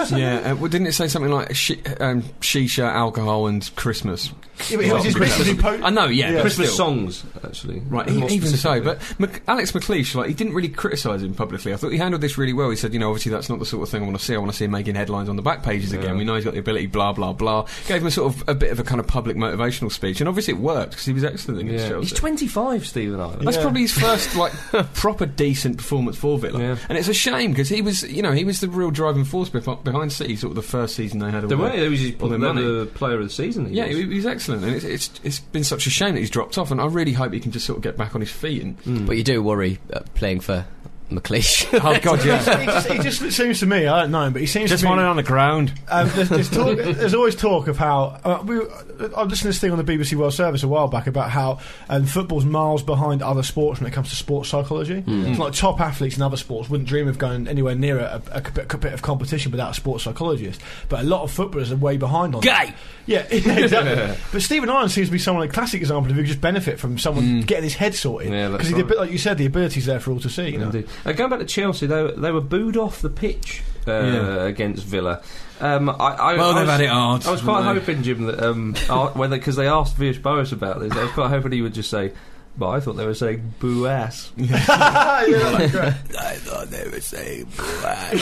Speaker 1: it?
Speaker 3: Yeah, uh, well, didn't it say something like shi- um, shisha, alcohol, and Christmas?
Speaker 4: Yeah, but it was his
Speaker 3: Well,
Speaker 4: Christmas po-
Speaker 3: I know, yeah,
Speaker 4: Yeah.
Speaker 3: but
Speaker 1: Christmas
Speaker 3: still.
Speaker 1: songs, actually.
Speaker 3: Right,
Speaker 1: More
Speaker 3: e- even so,
Speaker 1: specifically.
Speaker 3: but Mc- Alex McLeish, like, he didn't really criticise him publicly. I thought he handled this really well. He said, you know, obviously that's not the sort of thing I want to see. I want to see him making headlines on the back pages again. We know he's got the ability, blah, blah, blah. Gave him a sort of a bit of a kind of public motivational speech, and obviously it worked because he was excellent against
Speaker 1: Yeah.
Speaker 3: Chelsea.
Speaker 1: He's 25, Stephen Ireland.
Speaker 3: That's
Speaker 4: Yeah.
Speaker 3: probably his first like proper decent performance for Villa,
Speaker 1: Yeah.
Speaker 3: and it's a shame because he was, you know, he was the real driving force bef- behind City. Sort of the first season they had. all
Speaker 1: There
Speaker 3: their-
Speaker 1: were. There was his
Speaker 3: all their money.
Speaker 1: the uh, player of the season. He
Speaker 3: Yeah,
Speaker 1: was.
Speaker 3: he, he was excellent, and it's, it's it's been such a shame that he's dropped off. And I really hope he can just sort of get back on his feet. And
Speaker 1: Mm.
Speaker 2: But you do worry uh, playing for McLeish.
Speaker 3: oh god, yeah,
Speaker 4: He just, he just seems to me, I don't know, but he seems to me.
Speaker 3: on the ground.
Speaker 4: Um, there's, there's, talk, there's always talk of how uh, we. were- I listened to this thing on the BBC World Service a while back about how um, football's miles behind other sports when it comes to sports psychology.
Speaker 1: Hmm.
Speaker 4: It's like top athletes in other sports wouldn't dream of going anywhere near a, a, c- bit- bit of competition without a sports psychologist. But a lot of footballers are way behind on. that.
Speaker 2: Gay!
Speaker 4: yeah, yeah, exactly. but Stephen Ireland seems to be someone a classic example of who could just benefit from someone getting his head sorted
Speaker 1: Hmm. Yeah, that's
Speaker 4: because
Speaker 1: right.
Speaker 4: like you said, the ability's there for all to see. You know?
Speaker 1: Indeed. Uh, going back to Chelsea, they were, they were booed off the pitch uh,
Speaker 3: Yeah.
Speaker 1: against Villa. Um, I, I,
Speaker 3: Well,
Speaker 1: I
Speaker 3: they've
Speaker 1: was,
Speaker 3: had it hard,
Speaker 1: I was quite
Speaker 3: haven't they?
Speaker 1: hoping, Jim, that um, uh, when because they asked Vias Boas about this, I was quite hoping he would just say. But I thought they were saying boo ass.
Speaker 4: yeah, that's great.
Speaker 2: I thought they were saying.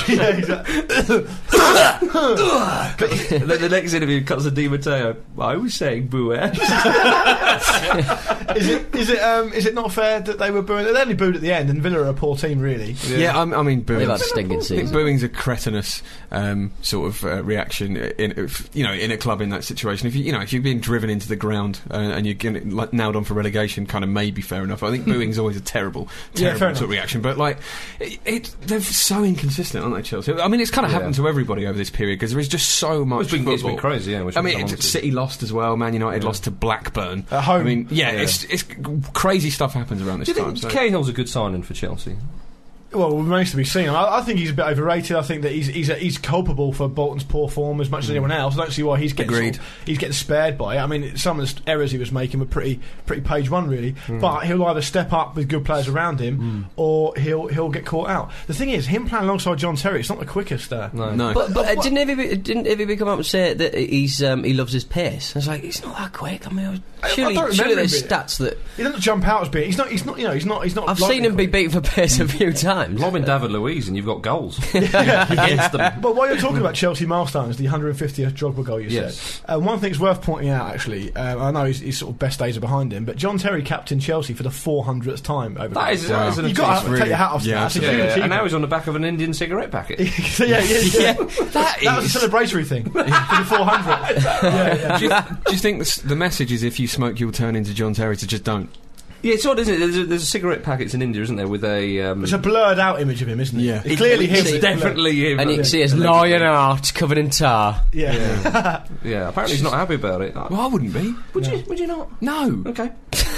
Speaker 4: yeah, exactly.
Speaker 1: and then the next interview cuts to Di Matteo. I was saying boo ass.
Speaker 4: Is it is it um, is it not fair that they were booing? They only booed at the end, and Villa are a poor team, really.
Speaker 3: Yeah, I'm, I mean, booing.
Speaker 2: They've had a stinking
Speaker 3: I think
Speaker 2: season.
Speaker 3: booing's a cretinous um, sort of uh, reaction in, if, you know, in a club in that situation. If you, you know, if you're being driven into the ground uh, and you're getting like, nailed on for relegation, kind of maybe fair enough. I think
Speaker 1: Hmm.
Speaker 3: booing's always a terrible,
Speaker 4: Yeah,
Speaker 3: terrible
Speaker 4: fair
Speaker 3: sort of reaction. But like, it, it, they're so inconsistent, aren't they, Chelsea? I mean, it's kind of happened to everybody over this period because there is just so much.
Speaker 1: It's been- it's been
Speaker 3: football.
Speaker 1: crazy, yeah, which
Speaker 3: I
Speaker 1: we'll
Speaker 3: mean,
Speaker 1: come
Speaker 3: it,
Speaker 1: on to.
Speaker 3: City lost as well. Man United lost to Blackburn
Speaker 4: At home.
Speaker 3: I mean, yeah,
Speaker 1: Yeah.
Speaker 3: it's it's crazy stuff happens around this
Speaker 1: Do you
Speaker 3: time.
Speaker 1: think
Speaker 3: so-
Speaker 1: Cahill's a good signing for Chelsea?
Speaker 4: Well, it remains to be seen. I, I think he's a bit overrated. I think that he's he's, he's culpable for Bolton's poor form as much as anyone else. I don't see why he's getting
Speaker 3: Agreed.
Speaker 4: sort of- he's getting spared by it. I mean, some of the st- errors he was making were pretty pretty page one, really. But he'll either step up with good players around him, or he'll he'll get caught out. The thing is, him playing alongside John Terry, it's not the quickest there.
Speaker 3: no.
Speaker 2: But, but uh, didn't everybody didn't everybody come up and say that he's um, he loves his pace? I was like, he's not that quick. I mean,
Speaker 4: I- I
Speaker 2: surely,
Speaker 4: don't
Speaker 2: surely
Speaker 4: remember
Speaker 2: there's
Speaker 4: him being-
Speaker 2: stats that
Speaker 4: He doesn't jump out as big. He's not. He's not. You know. He's not. He's not.
Speaker 2: I've seen him be
Speaker 4: lightning quick.
Speaker 2: beaten for pace a few times.
Speaker 1: Robin David Luiz, and you've got goals against them.
Speaker 4: But while you're talking about Chelsea milestones, the 150th Drogba goal you
Speaker 1: Yes.
Speaker 4: said, uh, one thing's worth pointing out actually, uh, I know his, his sort of best days are behind him, but John Terry captained Chelsea for the 400th time over
Speaker 1: That is, that
Speaker 3: Wow.
Speaker 1: is an
Speaker 4: You've got
Speaker 1: achievement.
Speaker 4: to take your hat off to
Speaker 3: Yeah,
Speaker 4: that. That's a
Speaker 3: absolutely.
Speaker 4: huge
Speaker 1: Yeah, and
Speaker 4: achievement.
Speaker 1: now he's on the back of an Indian cigarette packet.
Speaker 4: So, yeah, yeah, yeah.
Speaker 3: that
Speaker 4: That was a celebratory thing for the 400. yeah, yeah.
Speaker 3: do, you, do you think the, s- the message is if you smoke, you'll turn into John Terry? To just don't.
Speaker 1: Yeah, it's odd, isn't it? There's, a, there's a cigarette packets in India, isn't there? With a um,
Speaker 4: It's a blurred out image of him, isn't it?
Speaker 3: Yeah.
Speaker 4: It's clearly him.
Speaker 1: it's
Speaker 4: but
Speaker 1: definitely him.
Speaker 2: and you can see his lion art covered in tar.
Speaker 4: Yeah.
Speaker 1: yeah, apparently he's not happy about it.
Speaker 3: Well, I wouldn't be.
Speaker 1: Would you? Would you not?
Speaker 3: No,
Speaker 1: Okay.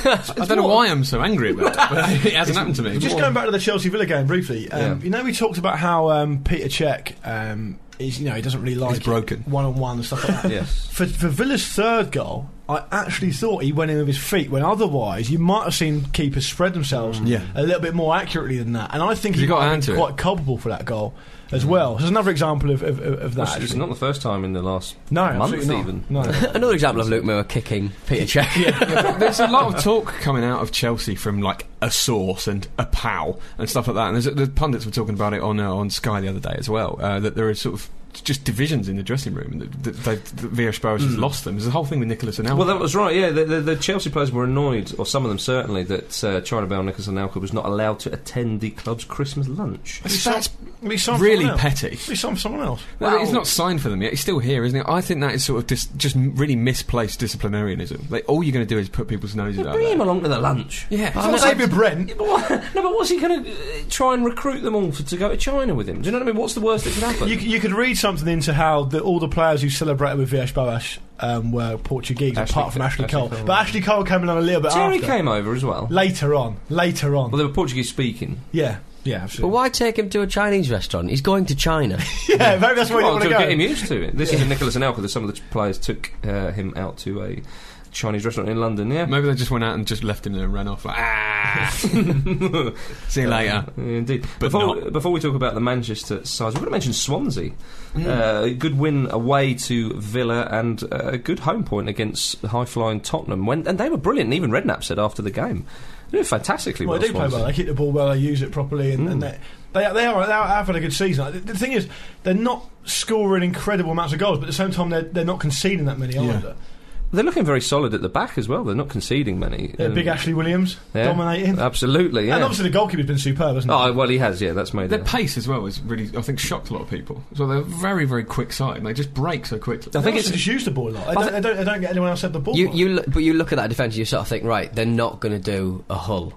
Speaker 3: I don't know why I'm so angry about it. But it hasn't happened to me.
Speaker 4: Just going back to the Chelsea Villa game briefly, um,
Speaker 1: Yeah.
Speaker 4: you know we talked about how um, Peter Cech um, is, you know, he doesn't really like
Speaker 3: broken.
Speaker 4: one on one and stuff like that.
Speaker 1: Yes.
Speaker 4: For, for Villa's third goal, I actually thought he went in with his feet. When otherwise, you might have seen keepers spread themselves
Speaker 3: Mm. Yeah.
Speaker 4: a little bit more accurately than that. And I think
Speaker 3: 'Cause
Speaker 4: he
Speaker 3: he got a
Speaker 4: might
Speaker 3: hand
Speaker 4: have been
Speaker 3: to it.
Speaker 4: quite culpable for that goal as well. So there's another example of, of, of of that.
Speaker 1: It's
Speaker 4: actually.
Speaker 1: not the first time in the last
Speaker 4: no,
Speaker 1: month,
Speaker 4: absolutely not.
Speaker 1: even.
Speaker 4: No.
Speaker 2: Another example of Luke Moore kicking Peter Check.
Speaker 3: There's a lot of talk coming out of Chelsea from like a source and a pal and stuff like that. And there's, the pundits were talking about it on uh, on Sky the other day as well. Uh, that there are sort of just divisions in the dressing room. and That, that, they've- that Villas Boas has lost them. There's a whole thing with Nicholas and Alba.
Speaker 1: Well, that was right. Yeah, the, the, the Chelsea players were annoyed, or some of them certainly, that uh, China Bell, Nicholson, and Alcott was not allowed to attend the club's Christmas lunch.
Speaker 3: That's, that's
Speaker 4: Be some-
Speaker 3: really
Speaker 4: someone else.
Speaker 3: petty.
Speaker 4: Be some, someone else.
Speaker 3: Well,
Speaker 1: Well-
Speaker 3: he's not signed for them yet. He's still here, isn't he? I think that is sort of dis- just m- really misplaced disciplinarianism. Like, all you're going to do is put people's noses out.
Speaker 1: Bring him
Speaker 3: there.
Speaker 1: along to the lunch.
Speaker 3: Yeah.
Speaker 4: It's not David Brent.
Speaker 1: But what- no, but what's he going to try and recruit them all for, to go to China with him? Do you know what I mean? What's the worst that could happen?
Speaker 4: You, you could read something into how the, all the players who celebrated with Viesh Boas um, were Portuguese,
Speaker 3: Ashley
Speaker 4: apart from
Speaker 3: Co-
Speaker 4: Ashley,
Speaker 3: Ashley
Speaker 4: Cole.
Speaker 3: Cole,
Speaker 4: But
Speaker 3: right.
Speaker 4: Ashley Cole came along a little bit
Speaker 1: Terry
Speaker 4: after.
Speaker 1: came over as well.
Speaker 4: Later on. Later on.
Speaker 1: Well, they were Portuguese speaking.
Speaker 4: yeah. Yeah,
Speaker 2: But
Speaker 4: absolutely.
Speaker 2: why take him to a Chinese restaurant? He's going to China.
Speaker 4: yeah, maybe that's where you
Speaker 1: Well,
Speaker 4: want
Speaker 1: to
Speaker 4: to go.
Speaker 1: get him used to it. This is Nicholas and Elka. Some of the players took uh, him out to a Chinese restaurant in London. Yeah,
Speaker 3: Maybe they just went out and just left him there and ran off. Like, ah, see you later.
Speaker 1: Indeed.
Speaker 3: But
Speaker 1: before,
Speaker 3: not.
Speaker 1: before we talk about the Manchester sides, we've got to mention Swansea. Uh, good win away to Villa and uh, a good home point against high flying Tottenham. When, and they were brilliant. and Even Redknapp said after the game, they did fantastically
Speaker 4: Well,
Speaker 1: well.
Speaker 4: they do play
Speaker 1: Swansea.
Speaker 4: well. eh? They keep the ball well. They use it properly, and, and they, they are- they are they are having a good season. Like, The, the thing is, they're not scoring incredible amounts of goals, but at the same time, they're, they're not conceding that many
Speaker 3: Yeah.
Speaker 4: either.
Speaker 1: They're looking very solid at the back as well. They're not conceding many.
Speaker 4: Yeah,
Speaker 1: Um,
Speaker 4: big Ashley Williams
Speaker 1: yeah.
Speaker 4: dominating,
Speaker 1: Absolutely,
Speaker 4: and
Speaker 1: yeah.
Speaker 4: obviously the goalkeeper's been superb, hasn't he?
Speaker 1: Oh, well, he has, yeah, that's made
Speaker 3: Their
Speaker 1: it.
Speaker 3: pace as well is really, I think, shocked a lot of people. So they're very, very quick sight and they just break so quickly.
Speaker 1: I
Speaker 4: I think
Speaker 1: think
Speaker 4: it's
Speaker 1: it's
Speaker 4: just use the ball a lot. They
Speaker 1: I
Speaker 4: don't, they, don't, they don't get anyone else at the ball.
Speaker 2: You,
Speaker 4: a lot.
Speaker 2: you, look, but you look at that defence, and you sort of think, right, they're not going to do a Hull,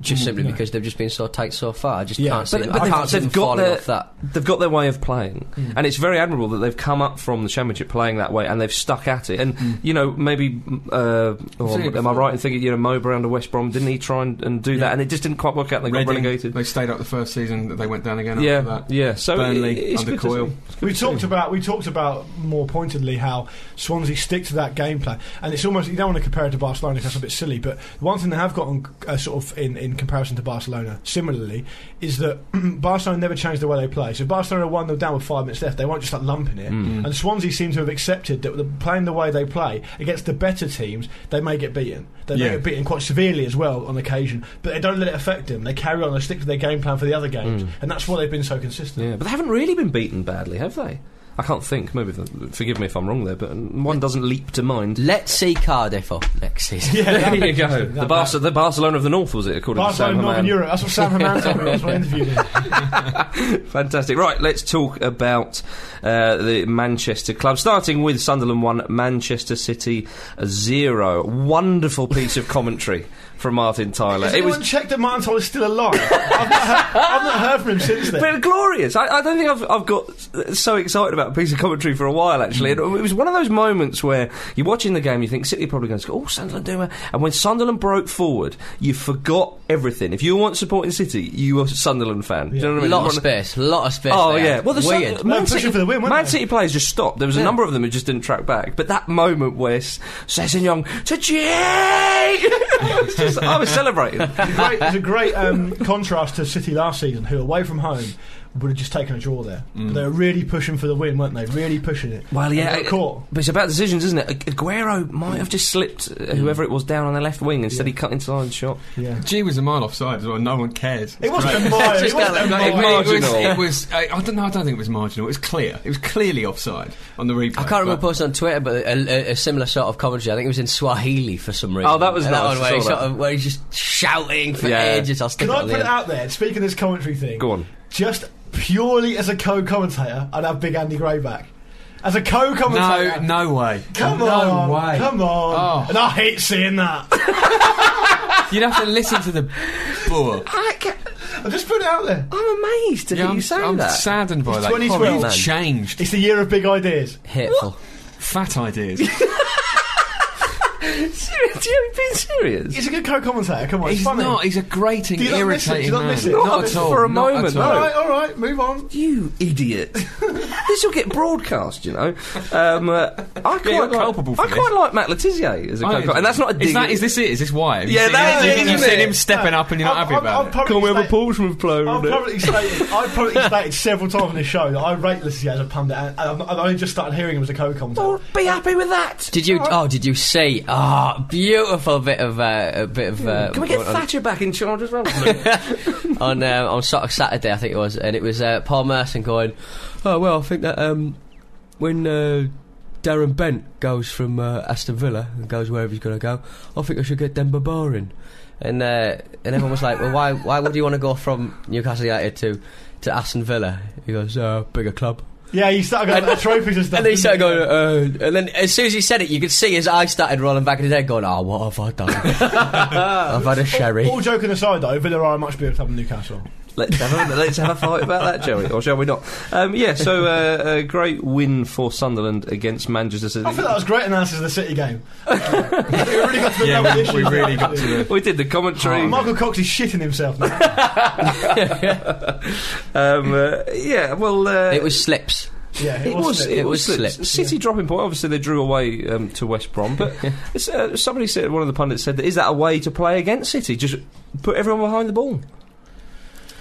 Speaker 2: just
Speaker 4: Mm,
Speaker 2: simply
Speaker 4: no.
Speaker 2: because they've just been so tight so far. I just
Speaker 4: Yeah.
Speaker 2: can't see.
Speaker 1: But-
Speaker 2: them-
Speaker 1: but
Speaker 2: I
Speaker 1: they've-
Speaker 2: can't see them
Speaker 1: they've got
Speaker 2: falling
Speaker 1: their-
Speaker 2: off that.
Speaker 1: They've got their way of playing,
Speaker 3: Mm.
Speaker 1: and it's very admirable that they've come up from the championship playing that way, and they've stuck at it. And you know, maybe mm, uh, or
Speaker 3: seen it
Speaker 1: am I
Speaker 3: before.
Speaker 1: right in thinking you know Mo Brown to West Brom didn't he try and, and do that, and it just didn't quite work out. and They got
Speaker 3: Reading,
Speaker 1: relegated.
Speaker 3: They stayed up the first season. They went down again after
Speaker 1: Yeah,
Speaker 3: that.
Speaker 1: yeah. So
Speaker 3: Burnley
Speaker 1: it- it's
Speaker 3: under
Speaker 1: good to see.
Speaker 3: Coyle.
Speaker 4: We talked about we talked about more pointedly how Swansea stick to that game plan, and it's almost you don't want to compare it to Barcelona 'cause that's a bit silly. But one thing they have got on, uh, sort of in, in comparison to Barcelona, similarly, is that Barcelona never changed the way they play. So if Barcelona one 0 down with five minutes left, they won't just start lumping it.
Speaker 1: Mm.
Speaker 4: And Swansea seem to have accepted that the, playing the way they play against the better teams, they may get beaten. They may
Speaker 3: Yeah.
Speaker 4: get beaten quite severely as well on occasion, but they don't let it affect them. They carry on. They stick to their game plan for the other
Speaker 1: Mm.
Speaker 4: games, and that's why they've been so consistent.
Speaker 1: Yeah, but they haven't really been beaten badly, have they? I can't think. Maybe the- forgive me if I'm wrong there, but one doesn't leap to mind.
Speaker 2: Let's see Cardiff up next season.
Speaker 4: Yeah, that'd
Speaker 1: there
Speaker 4: be
Speaker 1: you go.
Speaker 4: interesting.
Speaker 1: The,
Speaker 4: That'd-
Speaker 1: Bar- the Barcelona of the North was it, according
Speaker 4: Barcelona,
Speaker 1: to Sam
Speaker 4: Northern
Speaker 1: Haman.
Speaker 4: Europe. That's what Sam Herman told me. That's what I interviewed him.
Speaker 1: Fantastic. Right, let's talk about uh, the Manchester club. Starting with Sunderland 1, Manchester City 0. Wonderful piece of commentary from Martin Tyler.
Speaker 4: Has anyone checked that Martin Toll is still alive? I've not, heard, I've not heard from him since then.
Speaker 1: But glorious. I, I don't think I've, I've got s- so excited about a piece of commentary for a while, actually. And it was one of those moments where you're watching the game, you think City are probably going to score, oh, Sunderland do it. And when Sunderland broke forward, you forgot everything. If you weren't supporting City, you were a Sunderland fan. Do you know what I mean?
Speaker 2: lot of
Speaker 1: One-
Speaker 2: space, lot of space.
Speaker 1: Oh
Speaker 2: they
Speaker 1: yeah,
Speaker 2: had.
Speaker 1: well the Sun-
Speaker 2: weird.
Speaker 4: They were pushing for the win, weren't
Speaker 1: Man
Speaker 4: they?
Speaker 1: City players just stopped. There was a number of them who just didn't track back. But that moment where Cezanne Young to Jake, I was just- I was celebrating.
Speaker 4: It's a great, it's a great um, contrast to City last season, who away from home would have just taken a draw there.
Speaker 1: Mm.
Speaker 4: But they were really pushing for the win, weren't they? Really pushing it.
Speaker 1: Well,
Speaker 4: And
Speaker 1: yeah,
Speaker 4: they got
Speaker 1: it-
Speaker 4: caught.
Speaker 1: but it's about decisions, isn't it? A- Aguero might have just slipped uh, whoever it was down on the left wing. Instead, he cut inside and shot.
Speaker 4: Yeah.
Speaker 3: G was a mile offside as well. No one cares.
Speaker 4: It
Speaker 3: It's
Speaker 4: wasn't
Speaker 3: great.
Speaker 4: a mile. It
Speaker 2: Just
Speaker 4: wasn't a
Speaker 2: got
Speaker 3: No, it,
Speaker 4: mile.
Speaker 1: like-
Speaker 3: was- it was.
Speaker 1: Marginal.
Speaker 3: It was I, I don't know. I don't think it was marginal. It was clear. It was clearly offside on the replay.
Speaker 2: I can't remember
Speaker 3: but-
Speaker 2: posting on Twitter, but a, a, a similar sort of commentary. I think it was in Swahili for some reason.
Speaker 1: Oh, that was
Speaker 2: And
Speaker 1: nice,
Speaker 2: one Where,
Speaker 1: I
Speaker 2: he
Speaker 1: saw
Speaker 2: sort
Speaker 1: that.
Speaker 2: of, where he's just shouting for
Speaker 1: Yeah.
Speaker 2: ages. I'll stick
Speaker 4: Can
Speaker 2: it
Speaker 4: I
Speaker 2: on
Speaker 4: put
Speaker 2: the
Speaker 4: it
Speaker 2: end.
Speaker 4: out there? Speaking of this commentary thing,
Speaker 1: Go on.
Speaker 4: Just purely as a co-commentator, I'd have Big Andy Gray back. As a co-commentator,
Speaker 3: No, no way.
Speaker 4: Come
Speaker 3: no
Speaker 4: on,
Speaker 3: way.
Speaker 4: come on.
Speaker 3: Oh.
Speaker 4: And I hate seeing that.
Speaker 3: You'd have to listen to the boar.
Speaker 1: I ca-
Speaker 4: I'm just putting it out there.
Speaker 1: I'm amazed to hear
Speaker 3: I'm,
Speaker 1: you say
Speaker 3: I'm
Speaker 1: that.
Speaker 3: saddened by
Speaker 4: It's
Speaker 3: that.
Speaker 4: 2012.
Speaker 3: You've changed.
Speaker 4: It's the year of big ideas.
Speaker 2: Hateful.
Speaker 3: Fat ideas.
Speaker 1: Serious- Are you being serious?
Speaker 4: He's a good co-commentator. Come on, it's
Speaker 3: He's
Speaker 4: funny.
Speaker 3: not. He's a grating,
Speaker 4: Do you not miss it? Do
Speaker 3: irritating
Speaker 4: you not
Speaker 3: man.
Speaker 4: miss it?
Speaker 1: Not
Speaker 3: at
Speaker 1: miss it
Speaker 3: all.
Speaker 1: for a
Speaker 3: not at
Speaker 1: moment,
Speaker 3: all.
Speaker 4: All right, all right, move on.
Speaker 1: You idiot! this will get broadcast, you know. Um, uh, I quite
Speaker 3: you're
Speaker 1: like,
Speaker 3: culpable for
Speaker 1: I quite
Speaker 3: this.
Speaker 1: like Matt Letizia as a
Speaker 3: Oh,
Speaker 1: co
Speaker 3: yeah.
Speaker 1: and that's not a dig.
Speaker 3: Is, that, is this it? Is this why? Have you
Speaker 1: Yeah,
Speaker 3: seen
Speaker 1: that
Speaker 3: it?
Speaker 1: is it,
Speaker 3: You've
Speaker 1: isn't
Speaker 3: seen
Speaker 1: it?
Speaker 3: him stepping up and you're not
Speaker 4: I've-
Speaker 3: happy
Speaker 4: I've-
Speaker 3: about
Speaker 4: I've
Speaker 3: it.
Speaker 4: probably sta-
Speaker 1: Portsmouth player.
Speaker 4: I've probably stated, I've probably stated several times on this show that I rate Lissy as a pundit, and I've, I've only just started hearing him as a co-commentator.
Speaker 1: Oh, be happy with that.
Speaker 2: Did you? Oh, did you see? Ah, beautiful bit of uh, a bit of. Uh,
Speaker 1: Can we get
Speaker 2: on,
Speaker 1: Thatcher back in charge as well?
Speaker 2: on, uh, on sort of Saturday? I think it was, and it was uh, Paul Merson going. Oh well, I think that um, when uh, Darren Bent goes from uh, Aston Villa and goes wherever he's going to go, I think I should get Denver Bar in. And, uh, and everyone was like, well, why, why would you want to go from Newcastle United to, to Aston Villa? He goes, uh, bigger club.
Speaker 4: Yeah, you start going the trophies and stuff.
Speaker 2: And then he started
Speaker 4: didn't
Speaker 2: going,
Speaker 4: you?
Speaker 2: uh, and then as soon as he said it, you could see his eyes started rolling back in his head, going, oh, what have I done? I've had a sherry.
Speaker 4: All joking aside, though, Villa are a much bigger club than Newcastle.
Speaker 1: Let's have a, let's have a fight about that, shall we? Or shall we not? Um, yeah, so uh, a great win for Sunderland against Manchester City.
Speaker 4: I think that was great analysis of the City game. we really got to the
Speaker 3: Yeah,
Speaker 4: real
Speaker 3: we-
Speaker 4: issues
Speaker 3: we really got to
Speaker 4: there.
Speaker 3: the.
Speaker 1: we did the
Speaker 3: Oh,
Speaker 1: commentary.
Speaker 4: Michael Cox is shitting himself now.
Speaker 1: Um, uh, yeah, well, uh,
Speaker 2: It was slips.
Speaker 4: Yeah,
Speaker 1: It was. It,
Speaker 2: It
Speaker 1: was.
Speaker 2: was
Speaker 1: slips.
Speaker 2: slips,
Speaker 1: City dropping point. Obviously, they drew away um, to West Brom. But it's, uh, somebody said, one of the pundits said, that, "Is that a way to play against City? Just put everyone behind the ball."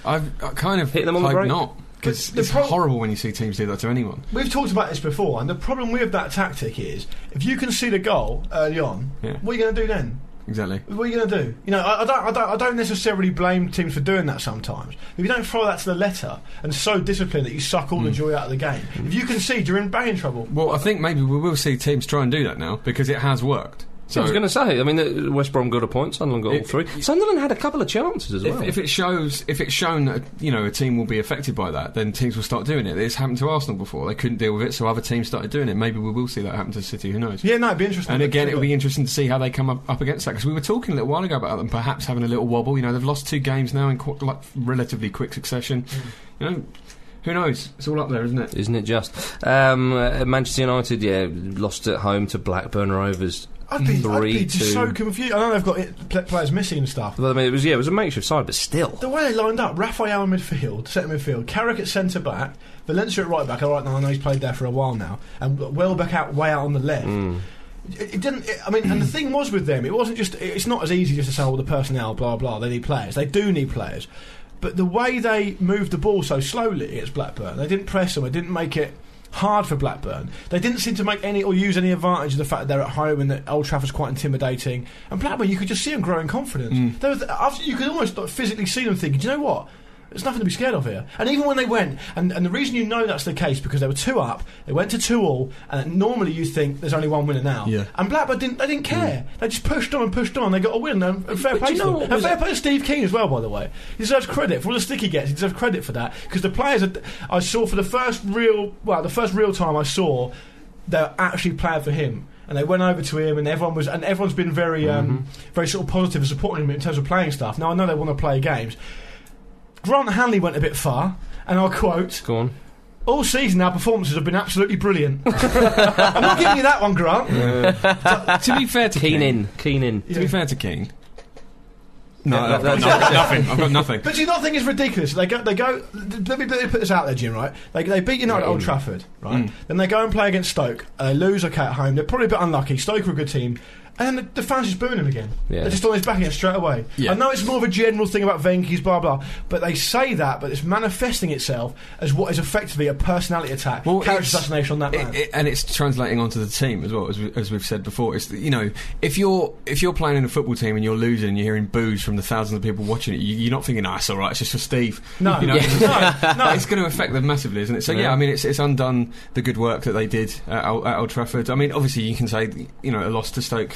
Speaker 3: I've I kind of
Speaker 1: Hit them on the
Speaker 3: hope
Speaker 1: break.
Speaker 3: not because
Speaker 4: But the
Speaker 3: it's
Speaker 4: pro-
Speaker 3: horrible when you see teams do that to anyone.
Speaker 4: We've talked about this before, and the problem with that tactic is if you concede a goal early on,
Speaker 3: Yeah.
Speaker 4: what are you going to do then?
Speaker 3: Exactly.
Speaker 4: What are you going to do? You know, I, I, don't, I, don't, I don't necessarily blame teams for doing that sometimes. If you don't follow that to the letter and so disciplined that you suck all
Speaker 3: Mm.
Speaker 4: the joy out of the game, if you concede, you're in banging trouble.
Speaker 3: Well, I think maybe we will see teams try and do that now because it has worked.
Speaker 1: I was going to say. I mean, uh, West Brom got a point. Sunderland got all
Speaker 3: It-
Speaker 1: three. Sunderland had a couple of chances as
Speaker 3: If,
Speaker 1: well.
Speaker 3: if it shows, if it's shown that you know a team will be affected by that, then teams will start doing it. It's happened to Arsenal before; they couldn't deal with it, so other teams started doing it. Maybe we will see that happen to City. Who knows?
Speaker 4: Yeah, no, it'd be interesting.
Speaker 3: And again, it'll be interesting to see how they come up, up against that because we were talking a little while ago about them perhaps having a little wobble. You know, they've lost two games now in qu- like relatively quick succession.
Speaker 4: Mm.
Speaker 3: You know, who knows? It's all up there, isn't it?
Speaker 1: Isn't it just um, uh, Manchester United? Yeah, lost at home to Blackburn Rovers.
Speaker 4: I'd be, I'd
Speaker 1: three,
Speaker 4: be just so
Speaker 1: two.
Speaker 4: confused. I know they've got it, pl- players missing and stuff.
Speaker 1: Well, I mean, it was yeah, it was a makeshift side, but still.
Speaker 4: The way they lined up, Raphael in midfield, centre midfield, Carrick at centre back, Valencia at right back. All right, now I know he's played there for a while now, and Welbeck out way out on the left.
Speaker 3: Mm.
Speaker 4: It, it didn't. It, I mean, and the thing was with them, it wasn't just. it- It's not as easy just to say, "Well, the personnel, blah blah." They need players. They do need players, but the way they moved the ball so slowly against Blackburn, they didn't press them. They didn't make it. Hard for Blackburn. They didn't seem to make any or use any advantage of the fact that they're at home and that Old Trafford's quite intimidating. And Blackburn, you could just see them growing confidence. There was, after, you could almost like, physically see them thinking, "Do you know what? There's nothing to be scared of here. And even when they went, and, and the reason you know that's the case because they were two up, they went to two all, and normally you think there's only one winner now.
Speaker 3: Yeah.
Speaker 4: And Blackburn didn't. They didn't care. They just pushed on and pushed on. They got a win. And, and fair
Speaker 1: Mm. But do
Speaker 4: play
Speaker 1: you
Speaker 4: to
Speaker 1: know
Speaker 4: them.
Speaker 1: what
Speaker 4: And
Speaker 1: was
Speaker 4: fair
Speaker 1: it-
Speaker 4: play to Steve Keane as well, by the way. He deserves credit for all the stick he gets. He deserves credit for that because the players are, I saw for the first real, well, the first real time I saw, they were actually playing for him. And they went over to him, and everyone was, and everyone's been very, um,
Speaker 1: Mm-hmm.
Speaker 4: very sort of positive and supporting him in terms of playing stuff. Now I know they want to play games. Grant Hanley went a bit far, and I'll quote:
Speaker 1: Go on.
Speaker 4: "All season, our performances have been absolutely brilliant." I'm not giving you that one, Grant.
Speaker 3: to be fair to
Speaker 1: Keen
Speaker 3: Keane,
Speaker 1: in, keen in.
Speaker 3: to
Speaker 4: Yeah.
Speaker 3: be fair to Keane, no,
Speaker 1: Yeah,
Speaker 3: I've,
Speaker 1: that-
Speaker 3: got nothing, nothing. I've got nothing.
Speaker 4: But do you not think it's ridiculous? They go, they go. Let me, let me put this out there, Jim. Right? They, they beat United at Old Trafford,
Speaker 3: mm.
Speaker 4: right? Then they go and play against Stoke. And they lose. Okay, at home. They're probably a bit unlucky. Stoke are a good team. And then the, the fans just booing him again.
Speaker 1: Yeah.
Speaker 4: They're just on his back again straight away.
Speaker 3: Yeah.
Speaker 4: I know it's more of a general thing about Venky's blah blah, but they say that, but it's manifesting itself as what is effectively a personality attack, character
Speaker 3: it's-
Speaker 4: assassination on that
Speaker 3: it-
Speaker 4: man.
Speaker 3: it- and it's translating onto the team as well, as, we, as we've said before. It's the- you know, if you're if you're playing in a football team and you're losing, and you're hearing boos from the thousands of people watching it. You, you're not thinking, "Ah, it's all right. It's just for Steve."
Speaker 4: No.
Speaker 3: you know,
Speaker 4: Yeah.
Speaker 3: no, no, it's going to affect them massively, isn't it? So yeah,
Speaker 1: Yeah.
Speaker 3: I mean, it's it's undone the good work that they did at, Old- at Old Trafford. I mean, obviously, you can say you know a loss to Stoke.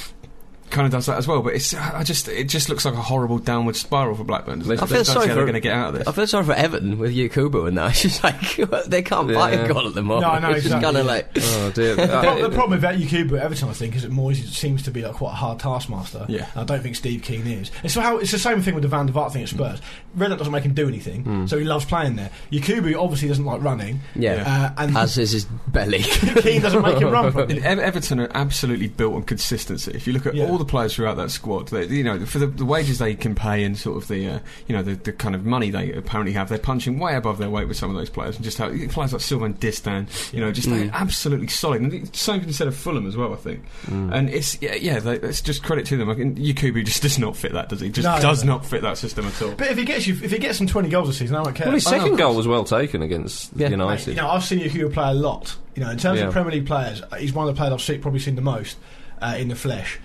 Speaker 3: Kind of does that as well, but it's I just it just looks like a horrible downward spiral for Blackburn. doesn't it?
Speaker 1: I
Speaker 3: just
Speaker 2: feel
Speaker 3: don't
Speaker 2: sorry
Speaker 3: see how they're
Speaker 2: for-
Speaker 3: going to get out of this.
Speaker 2: I feel sorry for Everton with Yakubu and that. It's just like they can't buy
Speaker 1: Yeah.
Speaker 2: a goal at the moment.
Speaker 4: No, I know,
Speaker 2: it's just
Speaker 4: exactly,
Speaker 2: kind of
Speaker 4: yeah.
Speaker 2: like
Speaker 1: Oh dear.
Speaker 4: The
Speaker 1: Uh,
Speaker 4: pro- the problem with that Yakubu every time I think is that Moyes seems to be like quite a hard taskmaster.
Speaker 3: Yeah.
Speaker 4: And I don't think Steve Keane is. It's so how it's the same thing with the Van der Vaart thing at Spurs. Redknapp doesn't make him do anything, so he loves playing there. Yakubu obviously doesn't like running,
Speaker 2: yeah,
Speaker 4: uh, and
Speaker 2: as is his belly.
Speaker 4: Keane doesn't make him run
Speaker 3: And
Speaker 4: properly.
Speaker 3: Ev- Everton are absolutely built on consistency. If you look at
Speaker 4: Yeah.
Speaker 3: all the players throughout that squad, they, you know, for the, the wages they can pay and sort of the, uh, you know, the, the kind of money they apparently have, they're punching way above their weight with some of those players. And just how players like Sylvan Distan, you know, just
Speaker 4: Mm.
Speaker 3: they're absolutely solid. And the same can be said of Fulham as well, I think.
Speaker 4: Mm.
Speaker 3: And it's yeah, yeah they, it's just credit to them. I can, Yakubu just does not fit that, does he? Just
Speaker 4: No,
Speaker 3: does
Speaker 4: no.
Speaker 3: not fit that system at all.
Speaker 4: But if he gets you, if he gets some twenty goals a season, I don't care.
Speaker 1: well, his
Speaker 3: I know,
Speaker 1: second
Speaker 3: of
Speaker 1: goal
Speaker 3: course.
Speaker 1: was well taken against
Speaker 2: Yeah.
Speaker 4: Mate, you
Speaker 1: United.
Speaker 4: know, I've seen Yakubu play a lot. You know, in terms
Speaker 1: Yeah.
Speaker 4: of Premier League players, uh, he's one of the players I've seen, probably seen the most uh, in the flesh.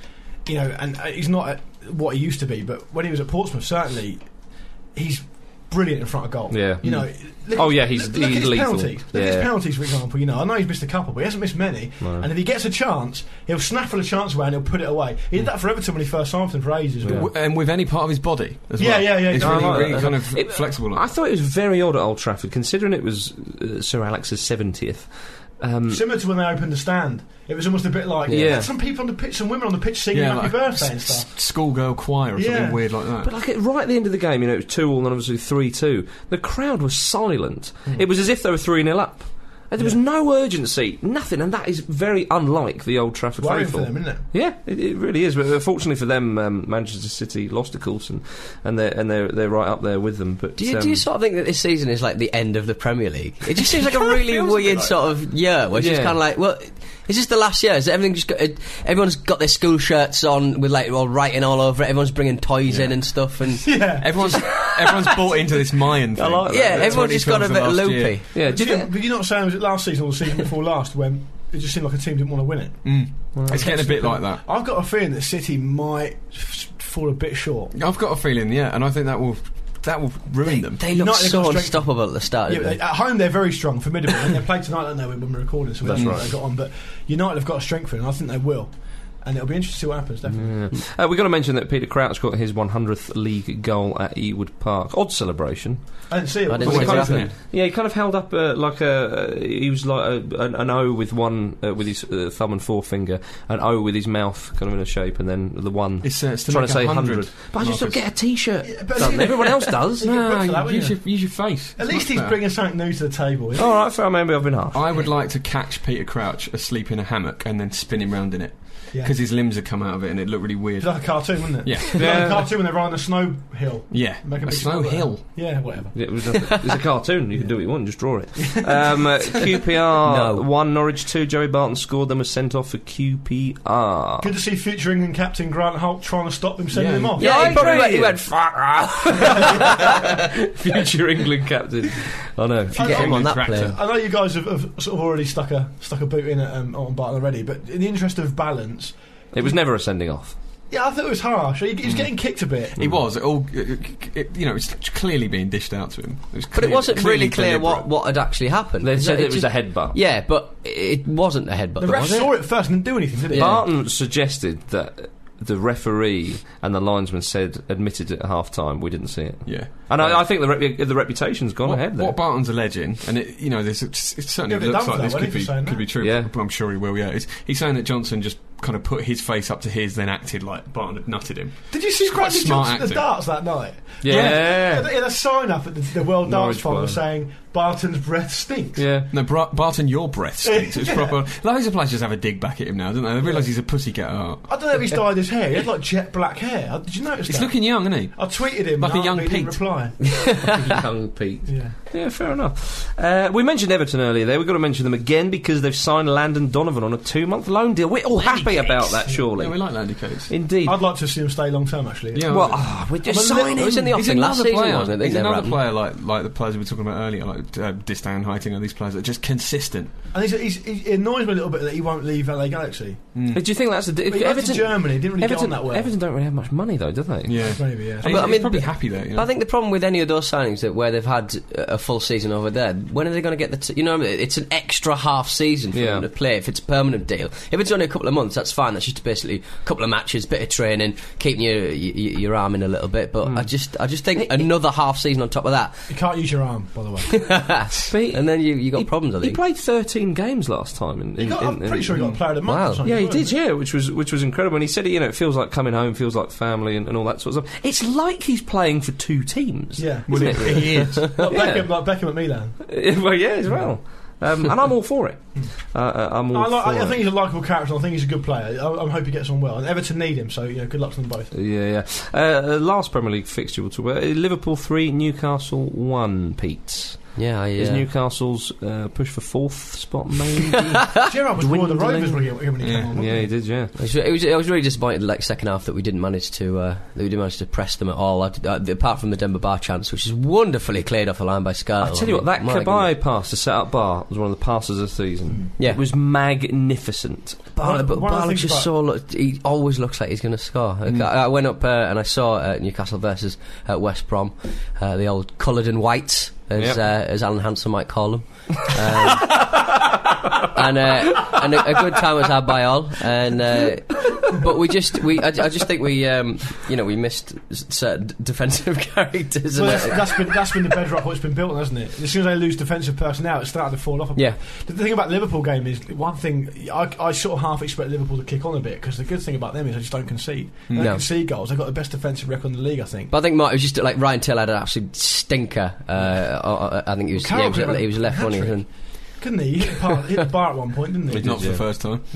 Speaker 4: You uh, know, and uh, he's not at what he used to be, but when he was at Portsmouth, certainly he's brilliant in front of goal.
Speaker 1: Yeah.
Speaker 4: You know. look
Speaker 1: Oh,
Speaker 4: at-
Speaker 1: yeah, he's-
Speaker 4: look, look at
Speaker 1: he's
Speaker 4: his
Speaker 1: lethal.
Speaker 4: penalties. Look at his
Speaker 1: Yeah.
Speaker 4: penalties, for example. You know, I know he's missed a couple, but he hasn't missed many. And if he gets a chance, he'll snaffle a chance away and he'll put it away. He
Speaker 1: Mm.
Speaker 4: did that for Everton when he first signed for them for ages. Yeah.
Speaker 3: W- and with any part of his body as
Speaker 4: Yeah,
Speaker 3: well.
Speaker 4: yeah, yeah,
Speaker 3: It's
Speaker 4: no, I
Speaker 3: really,
Speaker 4: like
Speaker 3: really
Speaker 1: that.
Speaker 3: kind of
Speaker 1: It-
Speaker 3: flexible.
Speaker 1: I thought it was very odd at Old Trafford, considering it was uh, Sir Alex's 70th. Um,
Speaker 4: Similar to when they opened the stand, it was almost a bit like
Speaker 1: Yeah.
Speaker 4: had some people on the pitch, some women on the pitch singing "Happy
Speaker 3: like
Speaker 4: Birthday" and
Speaker 3: s-
Speaker 4: stuff.
Speaker 3: s- schoolgirl choir or
Speaker 4: Yeah.
Speaker 3: something weird like that.
Speaker 1: but like at, right at the end of the game, you know, it was 2 all and then obviously 3 2. The crowd was silent. It was as if they were 3 0 up. And there was no urgency, nothing, and that is very unlike the Old Trafford
Speaker 4: Worrying for
Speaker 1: faithful.
Speaker 4: them, isn't it?
Speaker 1: Yeah, it, it really is. But uh, fortunately for them, um, Manchester City lost to Coulson, and they're and they're they're right up there with them. But
Speaker 2: Do you,
Speaker 1: um,
Speaker 2: do you sort of think that this season is like the end of the Premier League? It just seems like a really weird sort of year, where it's just
Speaker 1: Yeah.
Speaker 2: kind of like, well, is this the last year? Is everything just got, uh, everyone's got their school shirts on with like all writing all over it? Everyone's bringing toys in and stuff, and yeah,
Speaker 4: Yeah.
Speaker 3: Everyone's everyone's bought into this Mayan thing.
Speaker 1: like that. Yeah,
Speaker 2: everyone's
Speaker 3: 20
Speaker 2: just got a
Speaker 3: films
Speaker 2: bit
Speaker 3: of last
Speaker 2: loopy.
Speaker 3: year.
Speaker 1: yeah, do
Speaker 4: Did
Speaker 1: you
Speaker 4: you,
Speaker 1: think-
Speaker 4: were you not saying was it last season or the season before last when it just seemed like a team didn't want to win it?
Speaker 3: Mm. It's getting a bit like that.
Speaker 4: I've got a feeling that City might f- fall a bit short.
Speaker 3: I've got a feeling, yeah, and I think that will that will ruin them.
Speaker 2: They look
Speaker 4: United got
Speaker 2: so
Speaker 4: strength-
Speaker 2: unstoppable at the start.
Speaker 4: Yeah,
Speaker 2: didn't
Speaker 4: but
Speaker 2: they?
Speaker 4: they- at home they're very strong, formidable, and they played tonight. I don't know when we're recording, so that's
Speaker 1: That's
Speaker 4: right.
Speaker 1: right.
Speaker 4: They got on, but United have got to strengthen, and I think they will. And it'll be interesting to see what happens. Definitely.
Speaker 1: Uh, we've got to mention that Peter Crouch got his 100th league goal at Ewood Park. Odd celebration.
Speaker 4: I didn't see it.
Speaker 2: I didn't
Speaker 4: was
Speaker 2: see
Speaker 4: it
Speaker 2: it.
Speaker 4: close?
Speaker 3: happening.
Speaker 1: Yeah, he kind of held up uh, like a. Uh, he was like a, an, an O with one uh, with his uh, thumb and forefinger, an O with his mouth kind of in a shape, and then the one
Speaker 3: It's, uh, it's to
Speaker 1: trying
Speaker 3: make
Speaker 1: to say
Speaker 3: 100,
Speaker 1: hundred. But I just don't
Speaker 3: Marcus.
Speaker 1: get a T-shirt.
Speaker 4: Yeah, but-
Speaker 1: done. Everyone else does.
Speaker 4: You get booked for that,
Speaker 3: Nah,
Speaker 4: wouldn't
Speaker 3: use,
Speaker 4: you?
Speaker 3: your, use your face.
Speaker 4: At
Speaker 3: It's
Speaker 4: least
Speaker 3: much
Speaker 4: he's
Speaker 3: better.
Speaker 4: bringing something new to the table. isn't he?
Speaker 1: All right, fair. Maybe I've been harsh.
Speaker 3: I would like to catch Peter Crouch asleep in a hammock and then spin him round in it
Speaker 4: Yeah.
Speaker 3: because his limbs had come out of it and it looked really weird.
Speaker 4: It's like a cartoon, wasn't it?
Speaker 3: Yeah.
Speaker 4: It's like
Speaker 1: Yeah.
Speaker 4: a cartoon when they're riding a snow hill.
Speaker 3: Yeah,
Speaker 4: Make a
Speaker 3: a
Speaker 4: big
Speaker 3: snow
Speaker 4: square.
Speaker 3: hill.
Speaker 4: Yeah, whatever.
Speaker 1: It was nothing. it's a cartoon. You can do what you want. Just draw it. Um, uh, QPR
Speaker 2: No.
Speaker 1: one, Norwich two. Joey Barton scored. Then was sent off for QPR.
Speaker 4: Good to see future England captain Grant Holt trying to stop him sending
Speaker 3: Yeah.
Speaker 4: him off.
Speaker 2: Yeah,
Speaker 1: I
Speaker 2: he probably
Speaker 1: agree.
Speaker 2: went, he went fuck off.
Speaker 1: Future England captain. I know.
Speaker 4: Get him
Speaker 2: on that
Speaker 3: Tractor.
Speaker 2: player.
Speaker 4: I know you guys have, have sort of already stuck a stuck a boot in at, um, on Barton already, but in the interest of balance,
Speaker 1: It was never a sending off.
Speaker 4: yeah, I thought it was harsh. He, he was getting kicked a bit.
Speaker 3: He was it all. It, it- you know, it's clearly being dished out to him. It was
Speaker 2: But it
Speaker 3: clear-
Speaker 2: wasn't
Speaker 3: clearly
Speaker 2: really clear what,
Speaker 3: deliberate.
Speaker 2: what had actually happened.
Speaker 1: They
Speaker 2: Is
Speaker 1: said
Speaker 2: that-
Speaker 1: it was
Speaker 2: just-
Speaker 1: a headbutt.
Speaker 2: Yeah, but it wasn't a headbutt.
Speaker 4: The
Speaker 2: though,
Speaker 4: ref
Speaker 2: was it?
Speaker 4: saw it first and didn't do anything, did he?
Speaker 2: Yeah.
Speaker 1: Barton suggested that the referee and the linesman said admitted at half time. We didn't see it,
Speaker 3: Yeah.
Speaker 1: and I, I think the, rep- the reputation's gone
Speaker 3: What,
Speaker 1: ahead there.
Speaker 3: what Barton's alleging, and it, you know, this it, it certainly
Speaker 4: He'll get
Speaker 3: looks like
Speaker 4: done for
Speaker 3: this
Speaker 4: that,
Speaker 3: could
Speaker 4: won't he,
Speaker 3: be
Speaker 4: for saying
Speaker 3: could be
Speaker 4: that?
Speaker 3: true.
Speaker 1: Yeah.
Speaker 3: but I'm sure he will. Yeah, it's, he's saying that Johnson just kind of put his face up to his, then acted like Barton had nutted him.
Speaker 4: Did you see
Speaker 3: It's quite
Speaker 4: Bradley
Speaker 3: smart
Speaker 4: Johnson at the
Speaker 3: acting.
Speaker 4: darts that night?
Speaker 1: Yeah.
Speaker 4: yeah they had a sign up at the, the World
Speaker 1: Norwich
Speaker 4: Darts Final
Speaker 1: Barton.
Speaker 4: saying Barton's breath stinks.
Speaker 1: yeah.
Speaker 3: No, Bra- Barton, your breath stinks. It's proper. Loads of players just have a dig back at him now, don't they? They realise he's a pussycat at heart.
Speaker 4: I don't know if he's dyed his hair. He had like jet black hair. Did you notice
Speaker 3: He's
Speaker 4: that?
Speaker 3: looking young, isn't he?
Speaker 4: I tweeted him.
Speaker 3: like
Speaker 4: and
Speaker 3: a young
Speaker 4: he didn't
Speaker 3: Pete.
Speaker 4: reply.
Speaker 1: Young Pete.
Speaker 4: Yeah.
Speaker 1: Yeah, fair enough. Uh, we mentioned Everton earlier there. We've got to mention them again because they've signed Landon Donovan on a two month loan deal. We're all happy about that, surely.
Speaker 3: Yeah, we like Landy Coates.
Speaker 1: Indeed.
Speaker 4: I'd like to see him stay long term. Actually,
Speaker 3: Yeah,
Speaker 1: well,
Speaker 3: I-
Speaker 1: ah, we're
Speaker 2: Just
Speaker 1: just
Speaker 2: sign
Speaker 1: signing.
Speaker 2: him. It was in the
Speaker 3: He's
Speaker 2: offing last
Speaker 3: another
Speaker 2: season,
Speaker 3: player.
Speaker 2: wasn't it?
Speaker 3: He's
Speaker 2: They
Speaker 3: another
Speaker 2: ran.
Speaker 3: player like like the players we were talking about earlier, like uh, Distan, Heiting, and these players that are just consistent.
Speaker 4: and he's, he's, he annoys me a little bit that he won't leave LA Galaxy.
Speaker 1: Do you think that's the.
Speaker 4: But he went to Germany, didn't really
Speaker 1: Everton,
Speaker 4: get on that well.
Speaker 1: Everton don't really have much money, though, do they?
Speaker 3: Yeah,
Speaker 4: Maybe, yeah.
Speaker 3: but
Speaker 2: I
Speaker 3: I
Speaker 2: mean-
Speaker 3: mean, probably happy there. You know?
Speaker 2: I think the problem with any of those signings that where they've had a a full season over there, when are they going to get the? T- you know, it's an extra half season for
Speaker 1: Yeah.
Speaker 2: them to play if it's a permanent deal. If it's only a couple of months, that's fine. That's just basically a couple of matches, bit of training, keeping your your, your arm in a little bit. But
Speaker 1: Hmm.
Speaker 2: I just I just think another half season on top of
Speaker 4: You can't use your arm, by the way.
Speaker 2: that,
Speaker 1: But he-
Speaker 2: and then you you got
Speaker 1: he-
Speaker 2: problems. I
Speaker 1: He
Speaker 2: think.
Speaker 1: played 13 games last time. In, in,
Speaker 4: He got,
Speaker 1: in,
Speaker 4: I'm pretty
Speaker 1: in-
Speaker 4: sure he got a player of the month.
Speaker 2: Wow.
Speaker 4: Or something,
Speaker 1: Yeah, he
Speaker 4: wasn't
Speaker 1: did. Yeah, which was which was incredible. And he said, you know, it feels like coming home, feels like family, and, and all that sort of stuff. It's like he's playing for two teams.
Speaker 4: Yeah.
Speaker 1: isn't it?
Speaker 3: he is.
Speaker 4: Like,
Speaker 1: Yeah.
Speaker 4: Beckham, like Beckham at Milan.
Speaker 1: well, yeah, as well. Um, and I'm all for it. Uh, Uh, I'm all
Speaker 4: I, like,
Speaker 1: for
Speaker 4: I, I
Speaker 1: it.
Speaker 4: think he's a likable character. and I think he's a good player. I, I hope he gets on well. And Everton need him, so you know, good luck to them both.
Speaker 1: Yeah, yeah. Uh, uh, last Premier League fixture we'll talk about. Uh, Liverpool 3, Newcastle 1, Pete.
Speaker 2: Yeah, yeah.
Speaker 1: Is Newcastle's uh, push for fourth spot maybe?
Speaker 4: Gerard was one of the
Speaker 1: Dwindling.
Speaker 4: Rovers when he, when he
Speaker 3: Yeah.
Speaker 4: came on.
Speaker 1: yeah, he did. Yeah.
Speaker 2: I was, it was, I was really disappointed, like second half, that we didn't manage to uh, that we didn't manage to press them at all. I, did- uh, apart from the Denver Bar chance, which is wonderfully cleared off the line by Scarlett.
Speaker 1: I tell you what, that
Speaker 2: My goodness.
Speaker 1: Kabai pass to set up Bar was one of the passes of the season.
Speaker 2: Yeah.
Speaker 1: It was magnificent.
Speaker 2: Barlow, but
Speaker 4: One of the
Speaker 2: Barlow
Speaker 4: things
Speaker 2: just
Speaker 4: about- Mm.
Speaker 2: so looked, he always looks like he's going to score. Like, I, I went up uh, and I saw uh, Newcastle versus uh, West Brom, uh, the old coloured and whites, as
Speaker 1: Yep.
Speaker 2: uh, as Alan Hansen might call them. Um, and uh, and a, a good time was had by all. And uh, but we just we I, I just think we um, you know we missed s- certain d- defensive characters.
Speaker 4: Well,
Speaker 2: and
Speaker 4: that's,
Speaker 2: uh,
Speaker 4: that's been that's been the bedrock what's been built, on, hasn't it? As soon as they lose defensive personnel, it's starting to fall off. A bit.
Speaker 2: Yeah.
Speaker 4: The thing about the Liverpool game is one thing I, I sort of half expect Liverpool to kick on a bit because the good thing about them is they just don't concede. They don't
Speaker 2: No.
Speaker 4: concede goals. They've got the best defensive record in the league, I think.
Speaker 2: But I think Mark, it was just like Ryan Taylor had an absolute stinker. Uh, uh, I think he was,
Speaker 4: Well,
Speaker 2: yeah, he
Speaker 4: Carroll
Speaker 2: was,
Speaker 4: had
Speaker 2: he was
Speaker 4: a
Speaker 2: left running.
Speaker 4: hat-trick.
Speaker 2: and-
Speaker 4: Couldn't he? He hit, the bar, hit the bar at one point, didn't he?
Speaker 3: Not for the first time.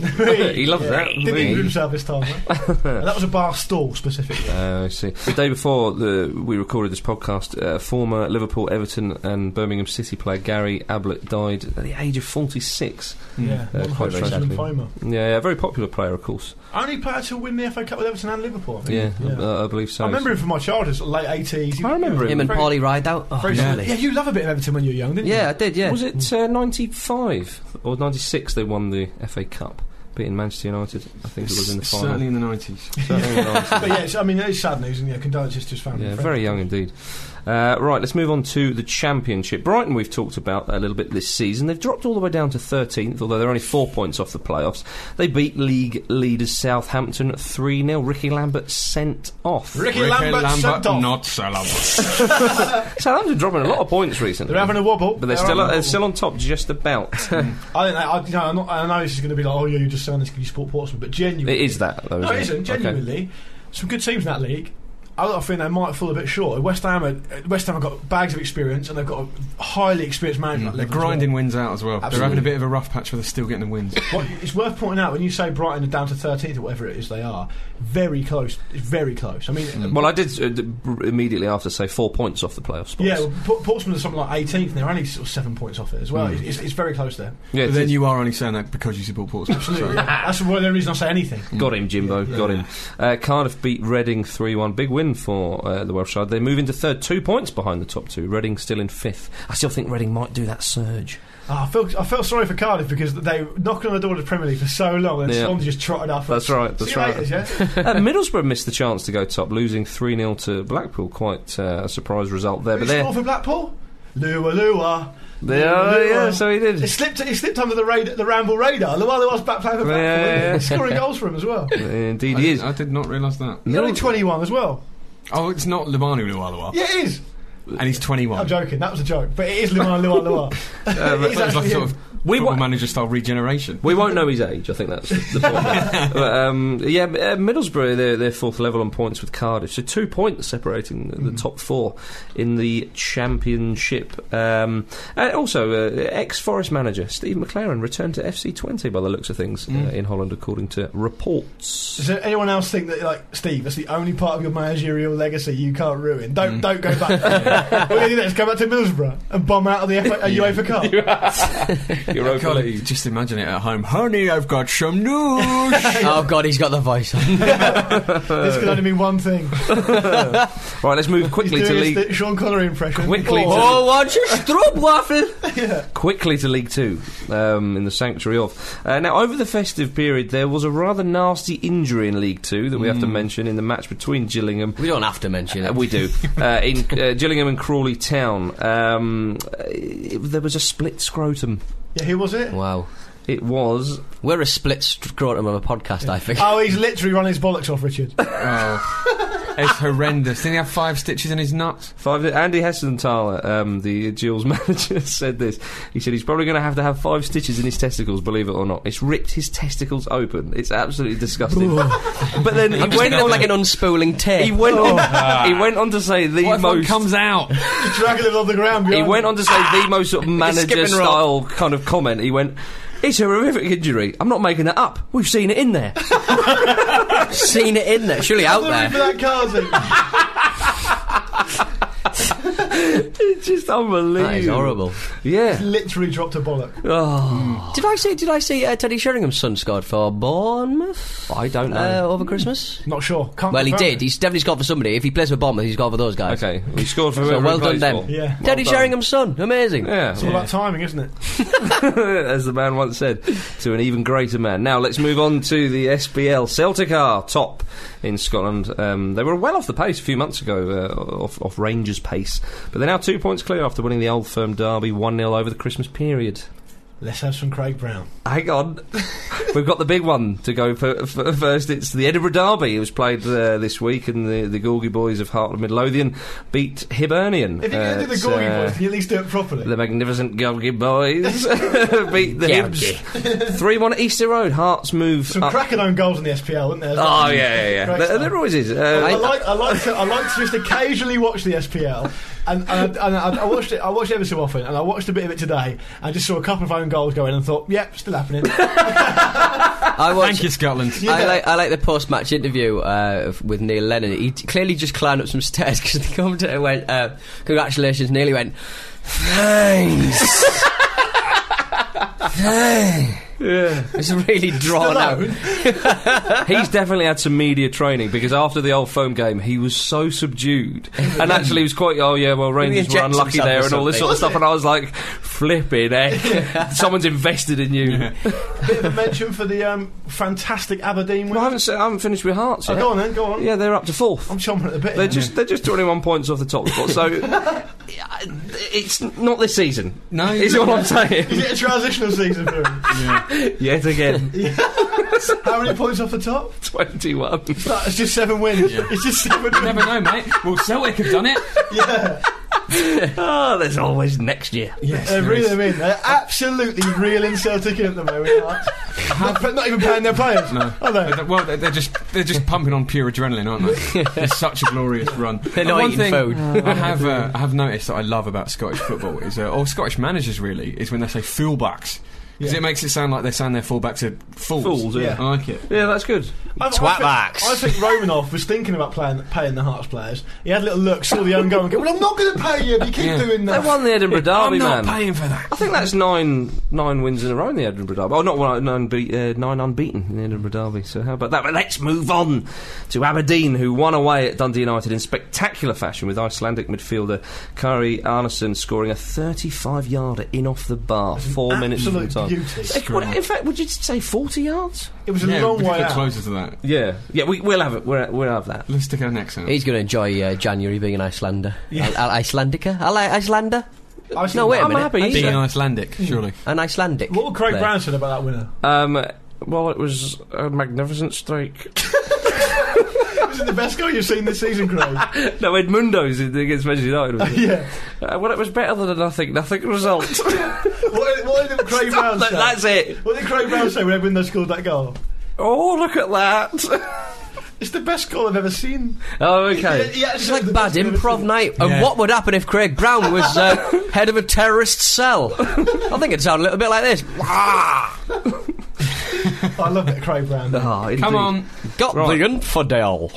Speaker 1: He loved that.
Speaker 4: Didn't he himself this time? Right? And that was a bar stall specifically.
Speaker 1: Uh, I see. The day before the, we recorded this podcast, uh, former Liverpool, Everton, and Birmingham City player Gary Ablett died at the age of 46.
Speaker 4: Yeah,
Speaker 1: Uh, quite
Speaker 4: Hodgkin's
Speaker 1: tragically.
Speaker 4: lymphoma.
Speaker 1: Yeah, yeah, very popular player, of course.
Speaker 4: Only player to win the FA Cup with Everton and Liverpool. I
Speaker 1: Yeah,
Speaker 4: think.
Speaker 1: I, I believe so.
Speaker 4: I remember him from my childhood, sort of late eighties.
Speaker 1: I remember
Speaker 2: Him and
Speaker 4: Very-
Speaker 2: Paulie Rideout. Oh,
Speaker 4: Very
Speaker 2: lovely.
Speaker 4: Yeah, you love a bit of Everton when you were young, didn't you?
Speaker 2: Yeah, I did. Yeah.
Speaker 1: Was it uh, 95 or 96 they won the FA Cup? Beating Manchester United, I think it was in the final.
Speaker 3: Certainly in the 90s.
Speaker 1: Certainly in the final.
Speaker 4: but yeah, it's, I mean, it's sad news, and yeah, condolences to his family.
Speaker 1: Yeah,
Speaker 4: and
Speaker 1: very
Speaker 4: friends.
Speaker 1: young indeed. Uh, right, let's move on to the Championship. Brighton, we've talked about a little bit this season. They've dropped all the way down to 13th, although they're only four points off the playoffs. They beat league leaders Southampton 3 0. Ricky Lambert sent off.
Speaker 4: Ricky, Lambert, sent off.
Speaker 3: not Salah.
Speaker 1: Southampton dropping a lot of points recently.
Speaker 4: They're having a wobble,
Speaker 1: but they're
Speaker 4: They're
Speaker 1: still,
Speaker 4: having a
Speaker 1: they're
Speaker 4: wobble.
Speaker 1: still on top, just about. it
Speaker 4: I think. I, you know, I'm not, I know this is going to be like, oh yeah, you just saying this because you support Portsmouth, but genuinely,
Speaker 1: is that, though.
Speaker 4: No,
Speaker 1: isn't
Speaker 4: it isn't.
Speaker 1: Okay.
Speaker 4: Genuinely, some good teams in that league. I don't think they might fall a bit short. West Ham, are, West Ham have got bags of experience, and they've got a highly experienced
Speaker 1: Mm,
Speaker 4: manager. at
Speaker 3: They're
Speaker 4: Leicester as well.
Speaker 3: grinding wins out as well. They're
Speaker 4: Absolutely.
Speaker 3: having a bit of a rough patch, but they're still getting the wins.
Speaker 4: Well, it's worth pointing out when you say Brighton are down to 13th or whatever it is they are, very close. It's very close. I mean,
Speaker 1: Well, I did uh, d- br- immediately after say four points off the playoff spots.
Speaker 4: yeah, well, P- Portsmouth are something like 18th, and they're only sort of seven points off it as
Speaker 1: Hmm.
Speaker 4: well. It's, it's very close there.
Speaker 1: yeah
Speaker 3: But
Speaker 1: it
Speaker 3: then
Speaker 1: is.
Speaker 3: you are only saying that because you support Portsmouth. so-
Speaker 4: Absolutely. That's the only reason I say anything.
Speaker 1: Got him, Jimbo. Got him. Uh, Cardiff beat Reading 3 1. Big win for uh, the Welsh side. They move into third, two points behind the top two. Reading still in fifth. I still think Reading might do that surge.
Speaker 4: Ah, I felt I felt sorry for Cardiff because they were knocking on the door of the Premier League for so long, and
Speaker 1: Yeah.
Speaker 4: Swansea just trotted up.
Speaker 1: That's right,
Speaker 4: See
Speaker 1: that's
Speaker 4: you
Speaker 1: right.
Speaker 4: Later, yeah?
Speaker 1: uh, Middlesbrough missed the chance to go top, losing 3 0 to Blackpool. Quite uh, a surprise result there. But
Speaker 4: Who scored
Speaker 1: they're.
Speaker 4: for Blackpool? Lua Lua.
Speaker 1: They are, yeah, so he did.
Speaker 4: It slipped. It slipped under the radar, the Ramble radar. Lua Lua's back playing for Blackpool,
Speaker 1: Yeah,
Speaker 4: isn't he?
Speaker 1: yeah, yeah.
Speaker 4: scoring goals for him as well.
Speaker 1: Indeed,
Speaker 3: I,
Speaker 1: he is.
Speaker 3: I did not realise that.
Speaker 4: He's only 21 as well.
Speaker 3: Oh, it's not Limanu Lualua.
Speaker 4: Yeah, it is.
Speaker 3: And he's 21.
Speaker 4: I'm joking. That was a joke, but it is Lua Lua Lua.
Speaker 3: That was like
Speaker 4: actually
Speaker 3: sort
Speaker 4: him.
Speaker 3: of
Speaker 1: We
Speaker 3: football
Speaker 1: wa-
Speaker 3: manager style regeneration.
Speaker 1: We won't know his age. I think that's the point. but, um, yeah, uh, Middlesbrough they're, they're fourth level on points with Cardiff, so two points separating the, the
Speaker 4: Mm.
Speaker 1: top four in the championship. Um, and also, uh, ex-Forest manager Steve McLaren returned to FC Twenty by the looks of things uh,
Speaker 4: Mm.
Speaker 1: in Holland, according to reports.
Speaker 4: Does anyone else think that, like Steve, that's the only part of your managerial legacy you can't ruin?
Speaker 1: Mm.
Speaker 4: Don't don't go back. What are you do next? Go back to Middlesbrough and bomb out of the FA, uh, UEFA Cup.
Speaker 1: Europa
Speaker 3: God,
Speaker 1: League.
Speaker 3: you just imagine it at home. Honey, I've got some news.
Speaker 2: Oh God, he's got the voice. on.
Speaker 4: This could only mean one thing.
Speaker 1: Right, let's move
Speaker 4: He's
Speaker 1: quickly to
Speaker 4: doing
Speaker 1: League.
Speaker 4: his Sean Connery impression.
Speaker 1: Quickly to-
Speaker 4: Oh,
Speaker 2: oh, watch your stroopwafel.
Speaker 1: quickly to League Two um, in the sanctuary of. Uh, now, over the festive period, there was a rather nasty injury in League Two that we
Speaker 2: Mm.
Speaker 1: have to mention in the match between Gillingham.
Speaker 2: We don't have to mention
Speaker 1: Uh,
Speaker 2: it.
Speaker 1: we do uh, in uh, Gillingham and Crawley Town. Um, uh, it- there was a split scrotum.
Speaker 4: yeah, who was it?
Speaker 2: Wow,
Speaker 1: It was
Speaker 2: we're a split scrotum of a podcast. I think.
Speaker 4: Oh, he's literally running his bollocks off, Richard.
Speaker 3: oh, it's horrendous. Didn't he have five stitches in his nuts?
Speaker 1: five. Andy Hessenthaler, um, the Jill's manager, said this. He said he's probably going to have to have five stitches in his testicles. Believe it or not, it's ripped his testicles open. It's absolutely disgusting. but then
Speaker 2: I'm
Speaker 1: he went
Speaker 2: just thinking of
Speaker 1: on
Speaker 2: like an unspooling
Speaker 1: He
Speaker 2: tape.
Speaker 1: went on. he went on to say the
Speaker 3: What if one
Speaker 1: most.
Speaker 3: comes out?
Speaker 4: He's dragging him on the ground.
Speaker 1: he
Speaker 4: behind
Speaker 1: went
Speaker 4: him.
Speaker 1: on to say the most sort of manager
Speaker 2: skipping rope.
Speaker 1: style kind of comment. He went. It's a horrific injury. I'm not making that up. We've seen it in there.
Speaker 2: Seen it in there, surely out
Speaker 4: Sorry for
Speaker 2: there.
Speaker 4: that, Carlton.
Speaker 1: it's just unbelievable.
Speaker 2: That is horrible.
Speaker 1: Yeah.
Speaker 4: Literally dropped a bollock.
Speaker 1: Oh,
Speaker 2: Did I see? Did I see uh, Teddy Sheringham's son scored for Bournemouth
Speaker 1: I don't know.
Speaker 2: uh, over Christmas?
Speaker 4: Not sure. Can't
Speaker 2: Well, he
Speaker 4: confirm
Speaker 2: did.
Speaker 4: it.
Speaker 2: He's definitely scored for somebody. If he plays for Bournemouth, he's scored for those guys.
Speaker 1: okay, we scored for
Speaker 2: So
Speaker 1: whoever he
Speaker 2: well done
Speaker 1: plays
Speaker 2: them.
Speaker 1: for.
Speaker 4: Yeah.
Speaker 2: Teddy
Speaker 1: Well done.
Speaker 2: Sheringham's son, amazing.
Speaker 1: Yeah,
Speaker 4: It's all about timing, isn't it?
Speaker 1: as the man once said, to an even greater man. Now let's move on to the SBL. Celtic are top in Scotland. Um, they were well off the pace a few months ago, uh, off, off Rangers' pace, but they're now two points clear after winning the Old Firm Derby one 0 over the Christmas period.
Speaker 4: Let's have some Craig Brown.
Speaker 1: Hang on, we've got the big one to go for, for first. It's the Edinburgh Derby. It was played uh, this week, and the the Gorgie boys of Heartland Midlothian beat Hibernian.
Speaker 4: If you're
Speaker 1: Uh,
Speaker 4: going to do the
Speaker 1: it's,
Speaker 4: Gorgie
Speaker 1: uh,
Speaker 4: boys, can you at least do it properly?
Speaker 1: the magnificent Gorgie boys beat the Hibs. 3 1 at Easter Road. Hearts move
Speaker 4: some
Speaker 1: up.
Speaker 4: cracking own goals in the SPL, isn't there?
Speaker 1: Ah. oh, yeah, yeah, yeah.
Speaker 4: Great
Speaker 1: There,
Speaker 4: stuff.
Speaker 1: there always is.
Speaker 4: I,
Speaker 1: Uh,
Speaker 4: like I like to I like to just occasionally watch the SPL, and and, and I, I watched it I watched it every so often, and I watched a bit of it today, and just saw a couple of own goals go in, and thought, yep, still happening.
Speaker 2: I watched.
Speaker 3: Thank you, Scotland.
Speaker 2: I like I like the post match interview uh, f- with Neil Lennon. He t- clearly just climbed up some stairs because the commentator went, uh, "Congratulations!" Neil He went, "Thanks."
Speaker 1: yeah.
Speaker 2: It's really drawn out.
Speaker 4: Alone.
Speaker 1: He's definitely had some media training because after the old phone game, he was so subdued. And actually, he was quite, oh, yeah, well, Rangers were
Speaker 2: injects
Speaker 1: unlucky
Speaker 2: himself
Speaker 1: there
Speaker 2: or
Speaker 1: and all this sort of stuff. And I was like, flipping heck. Someone's invested in you.
Speaker 4: bit of a mention for the um, fantastic Aberdeen win.
Speaker 1: Well, I haven't, se- I haven't finished with Hearts
Speaker 4: oh,
Speaker 1: yet.
Speaker 4: go on Oh, then, go on.
Speaker 1: Yeah, they're up to fourth.
Speaker 4: I'm chomping at the bit.
Speaker 1: They're just they're just 21 points off the top spot. So yeah, it's not this season.
Speaker 3: No.
Speaker 1: is all I'm saying.
Speaker 4: Is it a transitional season for him?
Speaker 1: Yet again,
Speaker 4: How many points off the top?
Speaker 1: 21.
Speaker 4: That- It's just seven wins.
Speaker 3: Yeah.
Speaker 4: It's just seven wins.
Speaker 3: Never know, mate. Well, Celtic have done it.
Speaker 4: Yeah.
Speaker 1: Oh, there's always next year.
Speaker 3: Yes,
Speaker 4: They're
Speaker 3: there
Speaker 4: reeling
Speaker 3: is.
Speaker 4: them in. They're absolutely reeling Celtic in at the moment. aren't they? Not even paying their players.
Speaker 3: No.
Speaker 4: Are they?
Speaker 3: But they- Well, they're they're just they're just pumping on pure adrenaline, aren't they? it's such a glorious run. But
Speaker 2: not
Speaker 3: one
Speaker 2: eating
Speaker 3: thing
Speaker 2: food.
Speaker 3: I have uh, I have noticed that I love about Scottish football is, uh, or Scottish managers really, is when they say fullbacks because
Speaker 4: Yeah.
Speaker 3: it makes it sound like they're saying their fullbacks are fools.
Speaker 1: Fools, yeah.
Speaker 3: I like it.
Speaker 1: Yeah, that's good.
Speaker 4: I, I
Speaker 2: Twatbacks.
Speaker 4: think- I think Romanov was thinking about playing, paying the Hearts players. He had a little look, saw the own goal, and go, "Well, I'm not going to pay you. if You keep
Speaker 3: Yeah.
Speaker 4: doing
Speaker 1: They
Speaker 4: that."
Speaker 1: won the Edinburgh Derby,
Speaker 3: I'm not
Speaker 1: man.
Speaker 3: paying for that.
Speaker 1: I think that's nine nine wins in a row in the Edinburgh Derby. Oh, not one, nine, be, uh, nine unbeaten in the Edinburgh Derby. So how about that? But let's move on to Aberdeen, who won away at Dundee United in spectacular fashion with Icelandic midfielder Kari Arneson scoring a 35-yarder in off the bar four minutes from
Speaker 4: Absolute
Speaker 1: time.
Speaker 4: beauty.
Speaker 1: Like, what- in fact, would you say 40 yards?
Speaker 4: It was a
Speaker 3: Yeah,
Speaker 4: long
Speaker 3: we could
Speaker 4: way
Speaker 3: get
Speaker 4: out.
Speaker 3: closer to that.
Speaker 1: Yeah, yeah, we, we'll have it. We'll, we'll have that.
Speaker 3: Let's stick our necks out.
Speaker 2: He's going to enjoy uh, January being an Icelander. Al- Al- Icelandica? Al- Icelander?
Speaker 4: I
Speaker 2: No, wait a
Speaker 1: I'm
Speaker 2: minute.
Speaker 1: happy.
Speaker 3: Being
Speaker 2: Iceland-
Speaker 3: Icelandic, surely.
Speaker 2: An Icelandic.
Speaker 4: What would Craig
Speaker 2: player.
Speaker 4: Brown said about that winner?
Speaker 1: Um, well, it was a magnificent strike.
Speaker 4: Was it the best goal you've seen this season, Craig?
Speaker 1: no, Edmundo's against Manchester United. wasn't it?
Speaker 4: yeah.
Speaker 1: Uh, well, it was better than a nothing, nothing result.
Speaker 4: What, did- what did Craig Brown say?
Speaker 1: Look, that's it.
Speaker 4: What did Craig Brown say when Edwin scored that goal?
Speaker 1: Oh, look at that.
Speaker 4: It's the best goal I've ever seen.
Speaker 1: oh, okay.
Speaker 4: He- he actually
Speaker 2: It's
Speaker 4: said
Speaker 2: like
Speaker 4: the
Speaker 2: bad
Speaker 4: best I've ever
Speaker 2: improv
Speaker 4: seen.
Speaker 2: night. And
Speaker 3: Yeah.
Speaker 2: what would happen if Craig Brown was uh, head of a terrorist cell? I think it'd sound a little bit like this.
Speaker 4: I love it, Craig Brown.
Speaker 1: Ah,
Speaker 3: Come
Speaker 1: indeed.
Speaker 3: on.
Speaker 2: Got
Speaker 1: Right.
Speaker 2: the infidel.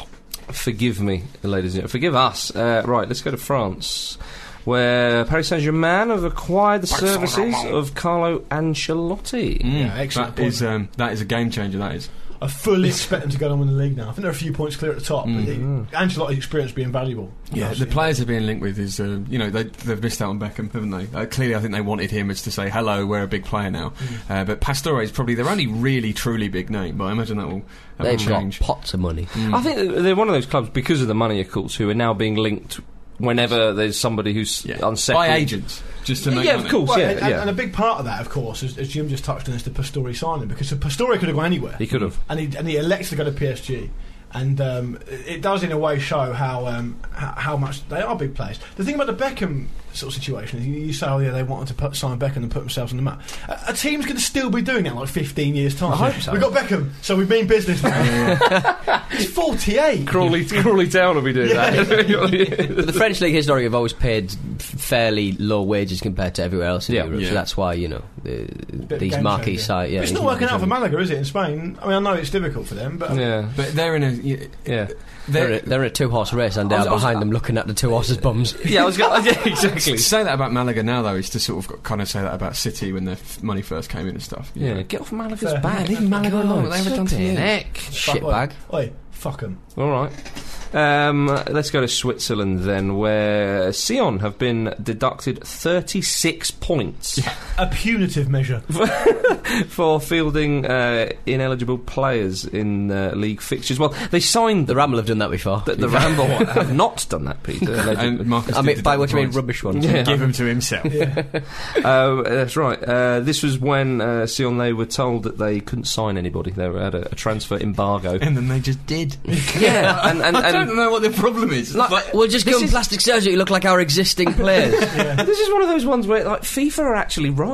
Speaker 1: Forgive me, ladies and gentlemen. Forgive us. Uh, right, let's go to France, where Paris Saint Germain have acquired the services of Carlo Ancelotti.
Speaker 3: Mm,
Speaker 4: excellent
Speaker 3: That
Speaker 4: point.
Speaker 3: is, um, that is a game changer, that is.
Speaker 4: I fully expect them to go and win the league now. I think they're a few points clear at the top. but the- Ancelotti's experience being valuable.
Speaker 3: Mm. Yeah, the
Speaker 4: Obviously.
Speaker 3: players are being linked with is, uh, you know, they, they've missed out on Beckham, haven't they? Uh, clearly, I think they wanted him as to say, hello, we're a big player now.
Speaker 2: Mm-hmm.
Speaker 3: Uh, but Pastore is probably their only really, truly big name, but I imagine that will, that will
Speaker 2: They've
Speaker 3: change.
Speaker 2: got pots of money.
Speaker 1: I think th- they're one of those clubs because of the money, of course, who are now being linked whenever there's somebody who's
Speaker 3: Yeah.
Speaker 1: unsettled.
Speaker 3: By agents, just to make
Speaker 1: Yeah, of
Speaker 3: money.
Speaker 1: course.
Speaker 4: Well,
Speaker 1: yeah,
Speaker 4: and, and-
Speaker 1: yeah.
Speaker 4: and a big part of that, of course, is, as Jim just touched on, is the Pastore signing because the Pastore could have gone anywhere,
Speaker 1: He could have.
Speaker 4: and he and he elects to go to PSG, and um, it it does in a way show how um, how, how much they are big players. The thing about the Beckham sort of situation. You, you say, oh yeah, they wanted to put, sign Beckham and put themselves on the map. A, a team's going to still be doing that in, like 15 years time.
Speaker 1: I hope so.
Speaker 4: We've got Beckham, so we mean business now. He's 48.
Speaker 5: Crawley, Crawley Town will be doing that.
Speaker 2: But the French league historically have always paid f- fairly low wages compared to everywhere else in
Speaker 1: Yeah.
Speaker 2: Europe.
Speaker 3: Yeah.
Speaker 2: So that's why you know the,
Speaker 4: of
Speaker 2: these
Speaker 4: game
Speaker 2: marquee
Speaker 4: changer.
Speaker 2: sites. Yeah,
Speaker 4: it's not working out for Malaga, is it? In Spain, I mean, I know it's difficult for them, but
Speaker 1: yeah,
Speaker 3: But they're in a. y-
Speaker 1: yeah.
Speaker 2: They're,
Speaker 3: They're,
Speaker 2: in a- they're in a two-horse race, and they
Speaker 1: I
Speaker 2: are
Speaker 1: was- I was-
Speaker 2: behind them looking at the two horses' bums.
Speaker 1: Yeah, I was going. Yeah, exactly.
Speaker 3: to say that about Malaga now, though, is to sort of kind of say that about City when their f- money first came in and stuff. you
Speaker 1: Yeah,
Speaker 3: know.
Speaker 1: get off Malaga's
Speaker 4: Fair.
Speaker 1: back. Leave Malaga alone. What they have done to
Speaker 2: Bloody
Speaker 1: you.
Speaker 4: fuck-
Speaker 2: Shitbag.
Speaker 4: Oi, fuck them.
Speaker 1: All right. Um, let's go to Switzerland then, where Sion have been deducted 36 points
Speaker 4: A punitive measure.
Speaker 1: for fielding uh, ineligible players in uh, league fixtures. Well, they signed
Speaker 2: The
Speaker 1: the,
Speaker 2: Ramble have done that before.
Speaker 1: the, the Ramble have not done that, Peter. allegedly.
Speaker 3: And Marcus
Speaker 2: I
Speaker 3: did
Speaker 2: mean,
Speaker 3: deduct
Speaker 2: by which I mean
Speaker 3: points.
Speaker 2: rubbish ones.
Speaker 1: Yeah.
Speaker 3: Give him to himself.
Speaker 1: Uh, that's right. Uh, this was when uh, Sion they were told that they couldn't sign anybody. They were at a, a transfer embargo.
Speaker 3: and then they just did.
Speaker 1: yeah, and, and,
Speaker 3: I
Speaker 1: and
Speaker 3: don't know what the problem is.
Speaker 2: Like, we'll just
Speaker 1: This
Speaker 2: go and
Speaker 1: is-
Speaker 2: plastic surgery. Look like our existing players.
Speaker 1: this is one of those ones where like FIFA are actually right.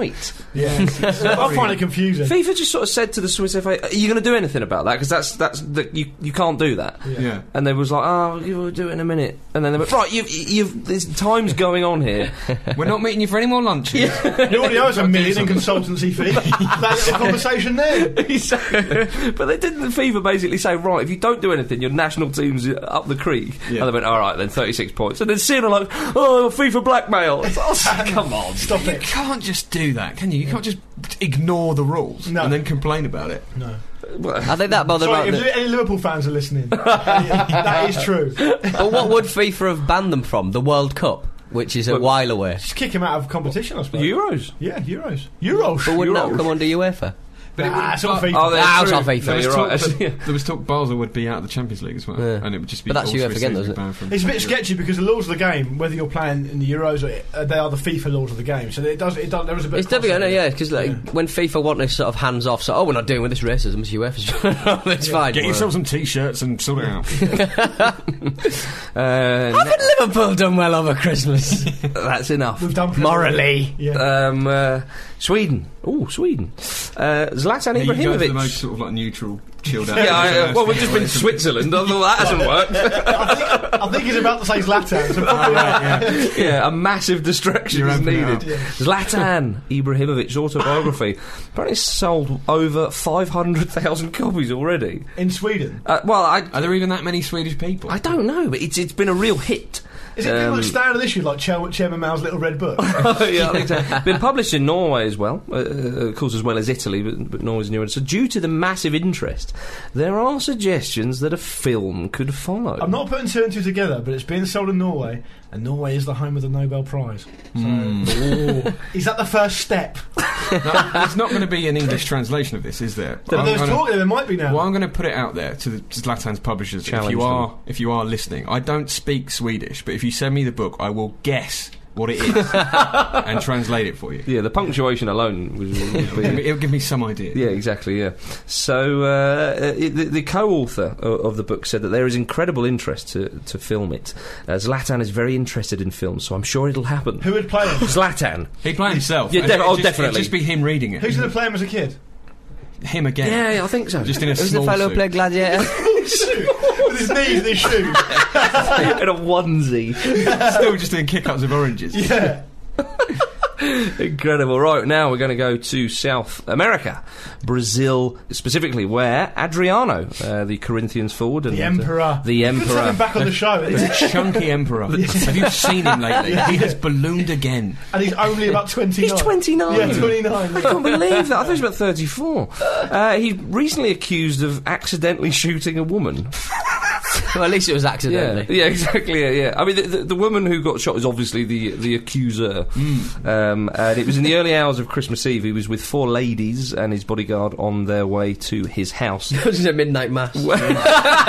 Speaker 4: Yeah, I find it confusing.
Speaker 1: FIFA just sort of said to the Swiss FA, "Are you going to do anything about that? Because that's that's that you you can't do that."
Speaker 3: yeah.
Speaker 1: And they was like, "Oh, we'll do it in a minute." And then they went, "Right, you've you've there's time's going on here."
Speaker 3: We're not meeting you for any more lunches.
Speaker 4: You already owe us a million in consultancy fee. that little conversation there.
Speaker 1: Exactly. but they didn't. FIFA basically say, "Right, if you don't do anything, your national team's up the creek."
Speaker 3: Yeah.
Speaker 1: And they went, "All right, then, thirty-six points." And then Sion are like, "Oh, FIFA blackmail." It's like, oh, come on.
Speaker 4: Stop
Speaker 3: You
Speaker 4: it.
Speaker 3: can't just do that, can you? You can't just ignore the rules
Speaker 4: No.
Speaker 3: and then complain about it.
Speaker 4: No.
Speaker 2: Are they that bothered
Speaker 4: Sorry,
Speaker 2: about
Speaker 4: if
Speaker 2: the,
Speaker 4: any Liverpool fans are listening, that is true.
Speaker 2: But what would FIFA have banned them from? The World Cup, which is a
Speaker 1: But-
Speaker 2: while away.
Speaker 4: Just kick him out of competition, I suppose.
Speaker 1: Euros.
Speaker 4: Yeah, Euros. Euros.
Speaker 2: But wouldn't
Speaker 1: Euros.
Speaker 2: that come under UEFA?
Speaker 3: But it
Speaker 4: Nah,
Speaker 3: would-
Speaker 4: it's all
Speaker 3: but-
Speaker 4: FIFA.
Speaker 1: Oh, they're
Speaker 2: Ah, it's
Speaker 1: true.
Speaker 2: not FIFA.
Speaker 1: No,
Speaker 3: there was
Speaker 1: you're
Speaker 3: talk
Speaker 1: right.
Speaker 3: that- there was talk Basel would be out of the Champions League as well,
Speaker 2: Yeah.
Speaker 3: and it would just be.
Speaker 2: But that's
Speaker 3: all
Speaker 2: UEFA
Speaker 3: Swiss
Speaker 2: again,
Speaker 3: teams
Speaker 2: though, isn't it?
Speaker 3: banned from-
Speaker 4: It's a bit sketchy because the rules of the game, whether you're playing in the Euros, or uh, they are the FIFA laws of the game. So it does. It does. There is a bit.
Speaker 2: It's
Speaker 4: of
Speaker 2: difficult,
Speaker 4: crossover.
Speaker 2: isn't it? yeah, because like when FIFA want this sort of hands off, so oh, we're not dealing with this racism. It's UEFA. it's fine.
Speaker 3: Get yourself some t-shirts and sort it out.
Speaker 1: Uh,
Speaker 2: Haven't Liverpool done well over Christmas?
Speaker 1: that's enough.
Speaker 4: We've done
Speaker 2: Morally.
Speaker 4: Yeah.
Speaker 1: Um, uh, Sweden. Oh, Sweden. Uh, Zlatan
Speaker 3: Yeah, you go for the
Speaker 1: Ibrahimovic.
Speaker 3: most sort of like neutral, chilled out.
Speaker 1: Yeah, I, uh, well, we've just been Switzerland. Although that hasn't worked.
Speaker 4: I think he's about to say Zlatan. So probably
Speaker 1: yeah, a massive distraction
Speaker 3: You're
Speaker 1: is
Speaker 3: opening
Speaker 1: needed.
Speaker 3: up.
Speaker 1: Zlatan Ibrahimovic's autobiography apparently sold over five hundred thousand copies already.
Speaker 4: in Sweden.
Speaker 1: Uh, well, I
Speaker 3: Are there even that many Swedish people?
Speaker 1: I don't know, but it's it's been a real hit.
Speaker 4: Is it people
Speaker 1: Um,
Speaker 4: like standard issue like Chair- Chairman Mao's little red book?
Speaker 1: yeah, I think so. Been published in Norway as well, uh, uh, of course, as well as Italy, but, but Norway's newer. So, due to the massive interest, there are suggestions that a film could follow.
Speaker 4: I'm not putting two and two together, but it's being sold in Norway, and Norway is the home of the Nobel Prize. So,
Speaker 1: Hmm.
Speaker 4: is that the first step?
Speaker 3: No, there's not going to be an English translation of this, is there?
Speaker 4: Well,
Speaker 3: I'm
Speaker 4: there's
Speaker 3: gonna-
Speaker 4: talk that there might be now.
Speaker 3: Well, I'm going to put it out there to the Zlatan's publishers.
Speaker 1: Challenge
Speaker 3: if you
Speaker 1: them.
Speaker 3: are, if you are listening, I don't speak Swedish, but if you send me the book, I will guess what it is and translate it for you.
Speaker 1: yeah, the punctuation alone would, would
Speaker 3: It'll,
Speaker 1: be.
Speaker 3: it'll give me some idea.
Speaker 1: Yeah, exactly. Yeah. So uh, uh, it- the, the co-author o- of the book said that there is incredible interest to, to film it. Uh, Zlatan is very interested in films, so I'm sure it'll happen.
Speaker 4: Who would play him?
Speaker 1: Zlatan.
Speaker 3: He'd play himself.
Speaker 1: Yeah,
Speaker 3: And
Speaker 1: def-
Speaker 3: it'd
Speaker 1: oh,
Speaker 3: just,
Speaker 1: definitely.
Speaker 3: It'd just be him reading it.
Speaker 4: Who's going to play him as a kid?
Speaker 3: him again?
Speaker 1: Yeah, yeah, I think so.
Speaker 3: Just in a
Speaker 2: Who's the
Speaker 3: small
Speaker 2: fellow who
Speaker 3: suit.
Speaker 2: played Gladiator?
Speaker 4: With his knees and his shoes.
Speaker 1: in a onesie.
Speaker 3: Still just doing kick-ups of oranges.
Speaker 4: Yeah.
Speaker 1: Incredible. Right, now we're going to go to South America, Brazil specifically, where Adriano, uh, the Corinthians forward, and uh,
Speaker 4: The Emperor.
Speaker 1: the
Speaker 4: Good to have him
Speaker 1: Emperor.
Speaker 4: back on the show.
Speaker 3: He's a chunky emperor. Have you seen him lately? He has ballooned again.
Speaker 4: and he's only about 29.
Speaker 1: He's 29.
Speaker 4: Yeah, 29.
Speaker 1: I can't believe that. I thought he was about 34. Uh, he's recently accused of accidentally shooting a woman.
Speaker 2: well, at least it was
Speaker 1: Yeah,
Speaker 2: accidentally.
Speaker 1: yeah, exactly. Yeah, yeah. I mean, the, the, the woman who got shot is obviously the the accuser. Um, and it was in the early hours of Christmas Eve. He was with four ladies and his bodyguard on their way to his house.
Speaker 2: It was a midnight mass.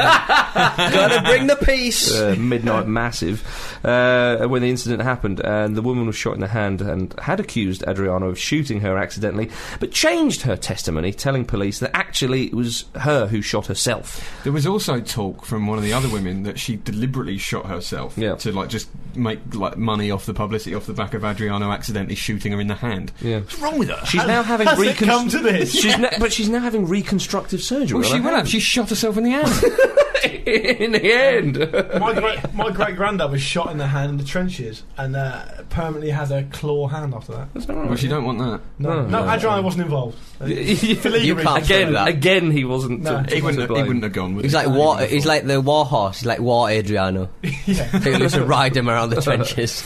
Speaker 2: Gotta bring the peace.
Speaker 1: uh, midnight massive uh, when the incident happened and the woman was shot in the hand and had accused Adriano of shooting her accidentally but changed her testimony telling police that actually it was her who shot herself
Speaker 3: There was also talk from one one of the other women that she deliberately shot herself
Speaker 1: Yeah.
Speaker 3: to like just make like money off the publicity off the back of Adriano accidentally shooting her in the hand.
Speaker 1: Yeah.
Speaker 3: What's wrong with her?
Speaker 1: She's now having
Speaker 4: Has it
Speaker 1: reconstru-
Speaker 4: come to this?
Speaker 1: She's na- but she's now having reconstructive surgery.
Speaker 3: Well,
Speaker 1: on
Speaker 3: she
Speaker 1: her
Speaker 3: will have.
Speaker 1: hand.
Speaker 3: She shot herself in the hand.
Speaker 1: in the end.
Speaker 4: my great my great granddad was shot in the hand in the trenches and uh, permanently had a claw hand after that.
Speaker 3: well, she don't want that.
Speaker 4: No,
Speaker 1: No.
Speaker 4: no, Adriano wasn't involved. Uh, for legal
Speaker 2: You
Speaker 4: reasons.
Speaker 2: can't say
Speaker 1: again,
Speaker 2: that.
Speaker 1: again, he wasn't.
Speaker 4: No.
Speaker 1: to-
Speaker 3: He wouldn't.
Speaker 1: to
Speaker 3: Have, he
Speaker 1: blame.
Speaker 3: wouldn't have gone with
Speaker 2: He's
Speaker 3: it.
Speaker 2: like war. He's like the war horse. He's like war Adriano.
Speaker 4: Yeah.
Speaker 2: Who used to ride him around the trenches.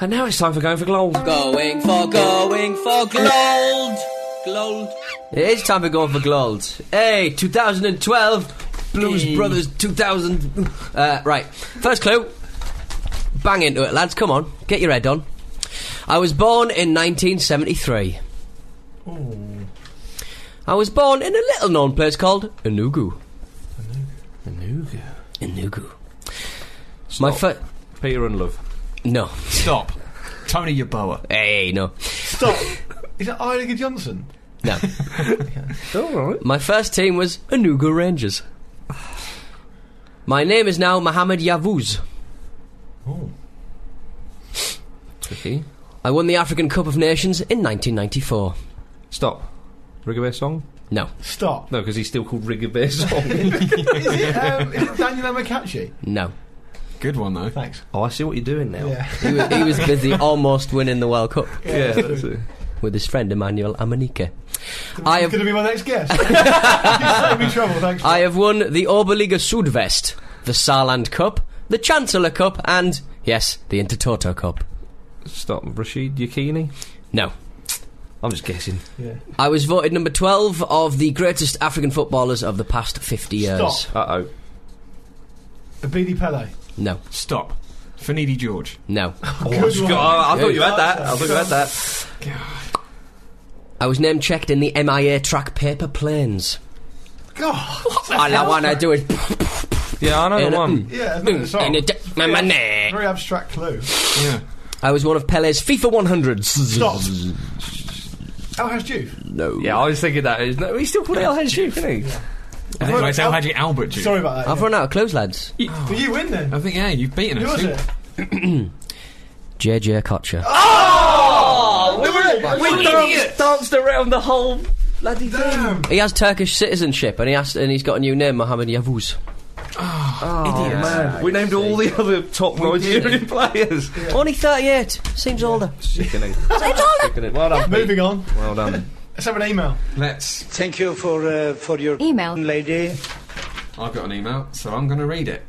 Speaker 1: And now it's time for going for gold.
Speaker 2: going for going for gold, gold. It is time for going for gold. Hey, 2012 Blues Brothers 2000. Uh, right, first clue. Bang into it, lads. Come on, get your head on. I was born in 1973. Oh. I was born in a little known place called Enugu. Enugu. Enugu. My foot.
Speaker 1: Peter and Love.
Speaker 2: No.
Speaker 3: stop, Tony Yaboa.
Speaker 2: Hey, no.
Speaker 4: Stop. Is it Ida Johnson?
Speaker 2: No.
Speaker 1: All right.
Speaker 2: My first team was Anuga Rangers. My name is now Mohammed Yavuz.
Speaker 4: Oh.
Speaker 1: Tricky.
Speaker 2: I won the African Cup of Nations in 1994.
Speaker 1: Stop. Rigobert Song?
Speaker 2: No,
Speaker 4: Stop.
Speaker 1: No, because he's still called Rigobert Song.
Speaker 4: is, it, um, is it Daniel Amakachi?
Speaker 2: no.
Speaker 3: Good one though.
Speaker 4: Thanks.
Speaker 1: oh, I see what you're doing now.
Speaker 4: Yeah.
Speaker 2: He was, he was busy almost winning the World Cup
Speaker 1: Yeah, that's it.
Speaker 2: with his friend Emmanuel Amanike.
Speaker 4: It's
Speaker 2: I have,
Speaker 4: going to be my next guest. you saved me trouble. Thanks.
Speaker 2: I have won the Oberliga Sudvest, the Saarland Cup, the Chancellor Cup, and, yes, the Intertoto Cup.
Speaker 1: Stop. Rashid Yakini?
Speaker 2: No.
Speaker 1: I'm just guessing.
Speaker 4: yeah.
Speaker 2: I was voted number 12 of the greatest African footballers of the past 50 years.
Speaker 4: Stop.
Speaker 1: Uh oh.
Speaker 4: Abidi Pele.
Speaker 2: No,
Speaker 3: Stop, Finidi George.
Speaker 2: no.
Speaker 4: Good
Speaker 1: God,
Speaker 4: one.
Speaker 1: Oh, I, I thought you had that. I thought you had that.
Speaker 2: I was name checked in the MIA track paper planes.
Speaker 4: God.
Speaker 2: All I want to do Mm, is.
Speaker 1: Yeah, I know the one.
Speaker 4: Yeah. isn't it? It's all-
Speaker 2: and it- my money.
Speaker 4: Very abstract clue.
Speaker 3: Yeah.
Speaker 2: I was one of Pele's FIFA 100s.
Speaker 4: Stop. Oh, How has Juve?
Speaker 2: No.
Speaker 1: Yeah, I was thinking that. Isn't it? He's still called El Hedge, isn't he?
Speaker 3: I think it's Al Hadji Albert. Dude.
Speaker 4: Sorry about that.
Speaker 2: I've
Speaker 4: yeah.
Speaker 2: run out of clues, lads.
Speaker 4: But you win then.
Speaker 3: I think yeah, you've beaten
Speaker 4: Who
Speaker 3: us.
Speaker 4: was
Speaker 3: Who-
Speaker 4: it?
Speaker 2: JJ Kocher. Oh,
Speaker 4: We
Speaker 1: We danced, danced around the whole bloody thing.
Speaker 2: He has Turkish citizenship and he has, and he's got a new name, Mohammed Yavuz.
Speaker 1: We named all the other top Nigerian players.
Speaker 2: Only 38. Seems older.
Speaker 1: Sickening. Sickening. Well done. Pete.
Speaker 4: Moving on.
Speaker 1: Well done.
Speaker 4: Let's have an email.
Speaker 3: Let's.
Speaker 6: Thank you for uh, for your
Speaker 7: Email.
Speaker 6: lady.
Speaker 3: I've got an email, so I'm going to read it.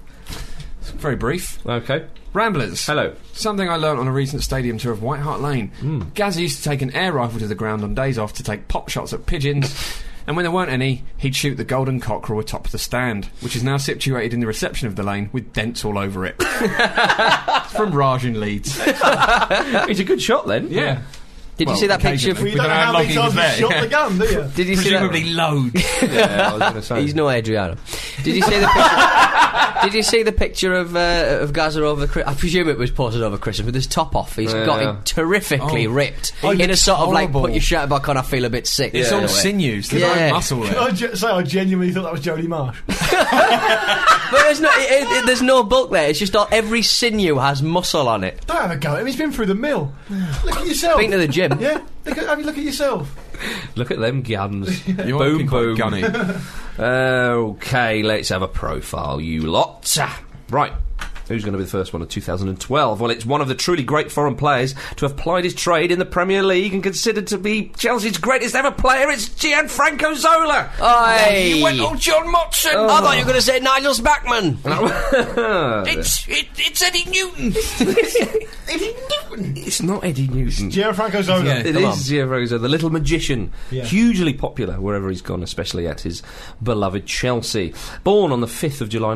Speaker 3: It's very brief.
Speaker 1: Okay.
Speaker 3: Ramblers.
Speaker 1: Hello.
Speaker 3: Something I learnt on a recent stadium tour of White Hart Lane. Gaz used to take an air rifle to the ground on days off to take pop shots at pigeons, and when there weren't any, he'd shoot the golden cockerel atop the stand, which is now situated in the reception of the lane with dents all over it. From Raj in Leeds.
Speaker 1: It's a good shot then.
Speaker 3: Yeah.
Speaker 2: Did
Speaker 3: Well,
Speaker 2: you see that picture?
Speaker 3: occasionally.
Speaker 4: We
Speaker 3: We
Speaker 4: don't
Speaker 3: don't
Speaker 4: know
Speaker 3: have
Speaker 4: how many
Speaker 3: Lockie
Speaker 4: times
Speaker 3: was
Speaker 4: you shot
Speaker 3: there.
Speaker 4: the gun, do you?
Speaker 2: Did you see that?
Speaker 3: Presumably loads.
Speaker 1: yeah I was going to say.
Speaker 2: He's no Adriano. Did you see the picture? did you see the picture of uh, of Gaza over? Chri- I presume it was posted over Christmas with his top off. He's
Speaker 1: Yeah.
Speaker 2: got it terrifically
Speaker 3: Oh.
Speaker 2: ripped
Speaker 3: Oh,
Speaker 2: in a sort of like
Speaker 3: horrible.
Speaker 2: put your shirt back on. I feel a bit sick.
Speaker 3: It's
Speaker 2: sort
Speaker 3: all
Speaker 2: of way.
Speaker 3: sinews. There's
Speaker 2: Yeah.
Speaker 3: no muscle there.
Speaker 4: I ge- say I genuinely thought that was Jodie Marsh.
Speaker 2: But there's no, it, it- it- there's no bulk there. It's just all, every sinew has muscle on it.
Speaker 4: Don't have a go at him. He's been through the mill. Look at yourself.
Speaker 2: Been to the gym.
Speaker 4: yeah. Look at, have you look at yourself.
Speaker 1: Look at them guns.
Speaker 3: You are
Speaker 1: boom,
Speaker 3: looking quite
Speaker 1: boom.
Speaker 3: Gunny.
Speaker 1: okay, let's have a profile, you lot. Right. Who's going to be the first one of 2012? Well, it's one of the truly great foreign players to have plied his trade in the Premier League and considered to be Chelsea's greatest ever player. It's Gianfranco Zola.
Speaker 3: Uh,
Speaker 2: Oi. Oh.
Speaker 1: You went all John Motson.
Speaker 2: I thought you were going to say Nigel Spackman.
Speaker 1: it's, it, it's Eddie Newton. Eddie Newton. It's not Eddie Newton.
Speaker 4: Gianfranco Zola.
Speaker 3: Yeah.
Speaker 1: It
Speaker 2: Come on.
Speaker 1: is Zia Rosa, the little magician,
Speaker 4: Yeah.
Speaker 1: hugely popular wherever he's gone, especially at his beloved Chelsea. Born on the 5th of July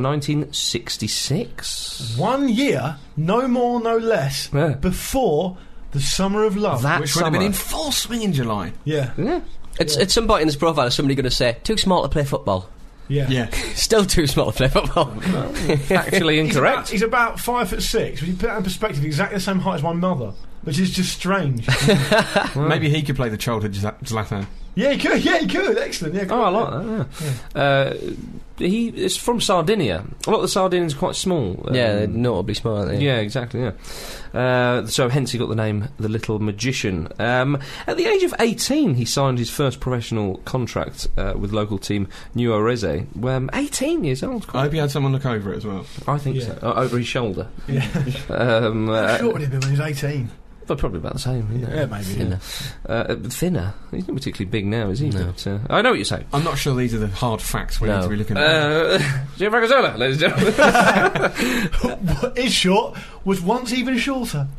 Speaker 1: 1966.
Speaker 4: One year, no more, no less,
Speaker 1: Yeah.
Speaker 4: before the summer of love.
Speaker 1: That
Speaker 3: Which would
Speaker 1: summer.
Speaker 3: have been in full swing in July.
Speaker 4: yeah.
Speaker 1: yeah.
Speaker 2: It's, At some point in this profile, is somebody going to say too small to play football?
Speaker 4: Yeah.
Speaker 2: Still too small to play football.
Speaker 1: Actually
Speaker 4: He's about,
Speaker 1: incorrect.
Speaker 4: he's about five foot six. When you put that in perspective, exactly the same height as my mother, which is just strange.
Speaker 3: Maybe he could play the childhood Zla- Zlatan.
Speaker 4: yeah, he could. Yeah, he could. Excellent. Yeah.
Speaker 1: Oh, I
Speaker 4: good.
Speaker 1: like that. yeah. Uh, he is from Sardinia. A lot of the Sardinians are quite small. um,
Speaker 2: yeah, they're notably smart. aren't they?
Speaker 1: yeah, exactly. Yeah, uh, so hence he got the name the Little Magician. Um, at the age of eighteen, he signed his first professional contract uh, with local team New Orese. Um, eighteen years old,
Speaker 3: I
Speaker 1: quite,
Speaker 3: hope he had someone look over it as well.
Speaker 1: I think
Speaker 4: Yeah.
Speaker 1: so. Uh, over his shoulder.
Speaker 4: Yeah.
Speaker 1: Um, uh,
Speaker 4: Short would it be when he was 18?
Speaker 1: but probably about the same. you know.
Speaker 4: Yeah, maybe. yeah.
Speaker 2: Thinner.
Speaker 1: Uh, thinner. He's not particularly big now, is he?
Speaker 2: No.
Speaker 1: But, uh, I know what you're saying.
Speaker 3: I'm not sure these are the hard facts we
Speaker 2: No.
Speaker 3: need to be looking at.
Speaker 1: Uh, Jim Rocazzola, ladies and gentlemen.
Speaker 4: What is short was once even shorter.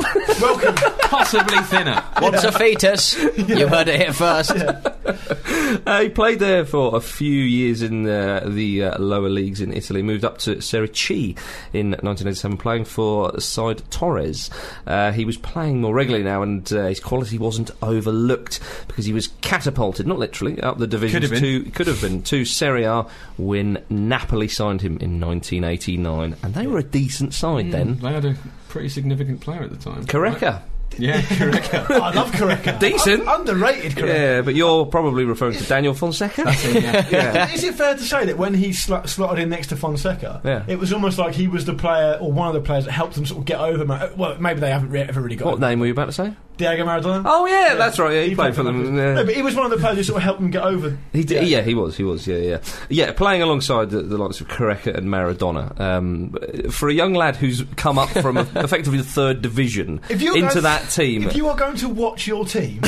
Speaker 3: Possibly thinner.
Speaker 2: What's a fetus? You heard it here first.
Speaker 1: Uh, he played there for a few years in the, the uh, lower leagues in Italy. Moved up to Serie C in 1987, playing for side Torres. Uh, he was playing more regularly now, and uh, his quality wasn't overlooked because he was catapulted, not literally, up the divisions
Speaker 3: Could have
Speaker 1: to could have been to Serie A when Napoli signed him in 1989, and they were a decent side then.
Speaker 3: They had a pretty significant player at the time.
Speaker 1: Correca.
Speaker 3: Right? Yeah, Correca.
Speaker 4: Oh, I love Correca.
Speaker 1: Decent.
Speaker 4: Un- underrated Correca.
Speaker 1: Yeah, but you're probably referring to Daniel Fonseca.
Speaker 3: yeah.
Speaker 4: Is it fair to say that when he sl- slotted in next to Fonseca,
Speaker 1: Yeah.
Speaker 4: it was almost like he was the player or one of the players that helped them sort of get over? Ma- well, maybe they haven't re- ever really got
Speaker 1: What
Speaker 4: him.
Speaker 1: name were you about to say?
Speaker 4: Diego Maradona.
Speaker 1: Oh yeah, that's right. Yeah, he, played for them. yeah.
Speaker 4: No, but he was one of the players who sort of helped them get over.
Speaker 1: He did, yeah. he was, he was, yeah, yeah, yeah. Playing alongside the, the likes of Correca and Maradona, um, for a young lad who's come up from effectively the third division
Speaker 4: If you
Speaker 1: into
Speaker 4: guys-
Speaker 1: that team,
Speaker 4: If you are going to watch your team,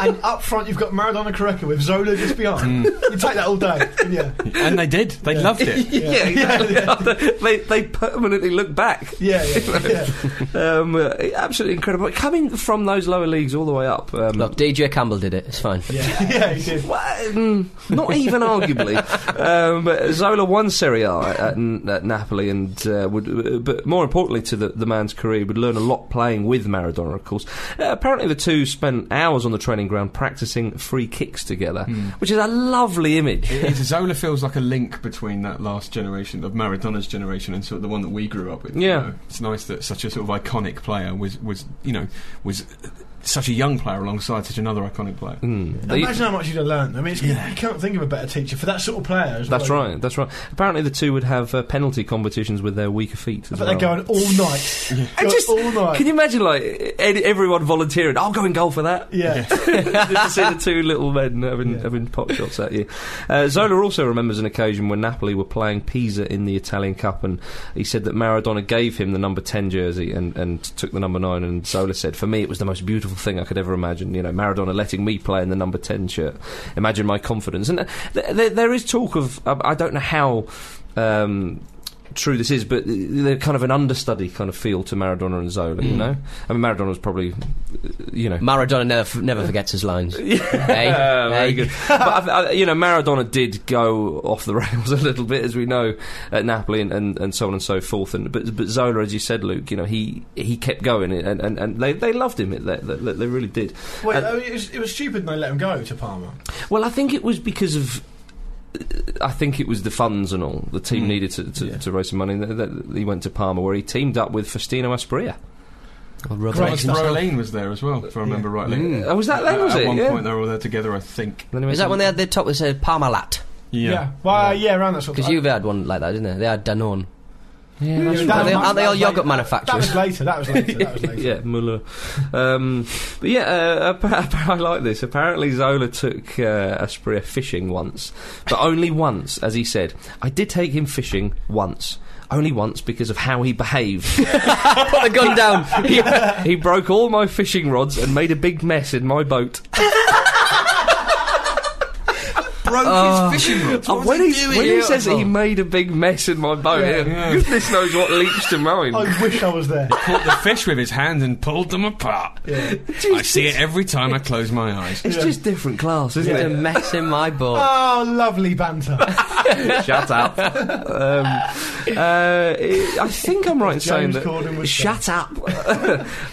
Speaker 4: and up front you've got Maradona Correca with Zola just behind,
Speaker 1: Mm.
Speaker 4: you take that all day. Yeah,
Speaker 3: And they did. They loved it.
Speaker 1: yeah, exactly. they they permanently look back.
Speaker 4: yeah, yeah. yeah.
Speaker 1: Um, uh, absolutely incredible. Coming from those lower leagues all the way up. Um,
Speaker 2: Look, DJ Campbell did it. It's fine.
Speaker 4: Yeah, yeah, he did.
Speaker 1: Well, mm, not even arguably. Um, but Zola won Serie A at, at, N- at Napoli, and uh, would, but more importantly to the, the man's career, would learn a lot playing with Maradona. Of course, uh, apparently the two spent hours on the training ground practicing free kicks together, which is a lovely image.
Speaker 3: It- Zola feels like a link between that last generation of Maradona's generation and sort of the one that we grew up with. you
Speaker 1: Yeah.
Speaker 3: know. it's nice that such a sort of iconic player was was you know was such a young player alongside such another iconic player.
Speaker 1: Mm. They-
Speaker 4: Imagine how much you'd have learned. I mean, it's, you can't think of a better teacher for that sort of player. as
Speaker 1: that's
Speaker 4: well.
Speaker 1: right. That's right. Apparently, the two would have uh, penalty competitions with their weaker feet as
Speaker 4: But
Speaker 1: well.
Speaker 4: they're going all night.
Speaker 1: I
Speaker 4: Go
Speaker 1: just-
Speaker 4: all night.
Speaker 1: Can you imagine, like ed- everyone volunteering? I'll go and goal for that.
Speaker 4: yeah.
Speaker 1: to see the two little men having,
Speaker 4: Yeah.
Speaker 1: having pop shots at you. Uh, Zola also remembers an occasion when Napoli were playing Pisa in the Italian Cup, and he said that Maradona gave him the number 10 jersey and, and took the number 9. And Zola said, For me, it was the most beautiful thing I could ever imagine. You know, Maradona letting me play in the number 10 shirt. Imagine my confidence. And uh, th- th- there is talk of, um, I don't know how. Um, True, this is, but they're kind of an understudy kind of feel to Maradona and Zola, you know? I mean, Maradona was probably, uh, you know,
Speaker 2: Maradona never never forgets his lines. Hey,
Speaker 1: yeah, Oh, very
Speaker 2: hey.
Speaker 1: good. But I, I, you know, Maradona did go off the rails a little bit, as we know, at Napoli and, and, and so on and so forth. And but but Zola, as you said, Luke, you know, he he kept going, and and, and they, they loved him. They, they, they really did.
Speaker 4: Wait,
Speaker 1: And-
Speaker 4: I mean, it, was, it was stupid they let him go to Parma.
Speaker 1: Well, I think it was because of. I think it was the funds and all. The team
Speaker 2: Hmm.
Speaker 3: Mm.
Speaker 1: needed to, to,
Speaker 4: Yeah.
Speaker 1: to raise some money. Th- th- He went to Parma, where he teamed up with Faustino Asprilla.
Speaker 3: Oh,
Speaker 2: Well, rub
Speaker 4: Great
Speaker 2: it.
Speaker 3: Thomas
Speaker 4: stuff.
Speaker 3: Brolin was there as well, if I remember rightly.
Speaker 1: Mm. Oh, was that then,
Speaker 3: Hmm. At-
Speaker 1: was
Speaker 3: at
Speaker 1: it?
Speaker 3: one
Speaker 1: Yeah.
Speaker 3: point, they were all there together, I think.
Speaker 1: Then he went
Speaker 2: Is that
Speaker 1: to-
Speaker 2: when they had the top that said Parmalat?
Speaker 4: Yeah. Well, yeah, around that sort of
Speaker 2: Because you've had one like that, didn't they? They had Danone.
Speaker 1: Yeah, that's
Speaker 4: Yeah,
Speaker 1: right.
Speaker 4: that
Speaker 2: Aren't they-
Speaker 4: was-
Speaker 2: aren't they
Speaker 4: that
Speaker 2: all
Speaker 4: was later.
Speaker 2: yogurt
Speaker 4: That
Speaker 2: manufacturers?
Speaker 4: was later. That was later. That was later.
Speaker 1: yeah, Muller. Um, but yeah, uh, appa- appa- I like this. Apparently, Zola took uh, Asprey fishing once, but only once, as he said. I did take him fishing once. Only once because of how he behaved.
Speaker 2: Put the gun down.
Speaker 1: he, he broke all my fishing rods and made a big mess in my boat.
Speaker 3: Broke his fishing rods.
Speaker 1: Uh, when he, when he says that he made a big mess in my boat,
Speaker 4: Yeah. Oh,
Speaker 1: yeah, goodness knows what leaps to mind.
Speaker 4: I wish I was there.
Speaker 3: Caught the fish with his hands and pulled them apart.
Speaker 4: Yeah.
Speaker 3: I see it every time I close my eyes.
Speaker 1: It's just different class, isn't
Speaker 2: It's a
Speaker 1: it?
Speaker 2: mess in my boat.
Speaker 4: Oh, lovely banter.
Speaker 1: Shut up. um, uh, I think I'm right in saying
Speaker 4: James
Speaker 1: that.
Speaker 4: Corden was
Speaker 1: Shut up.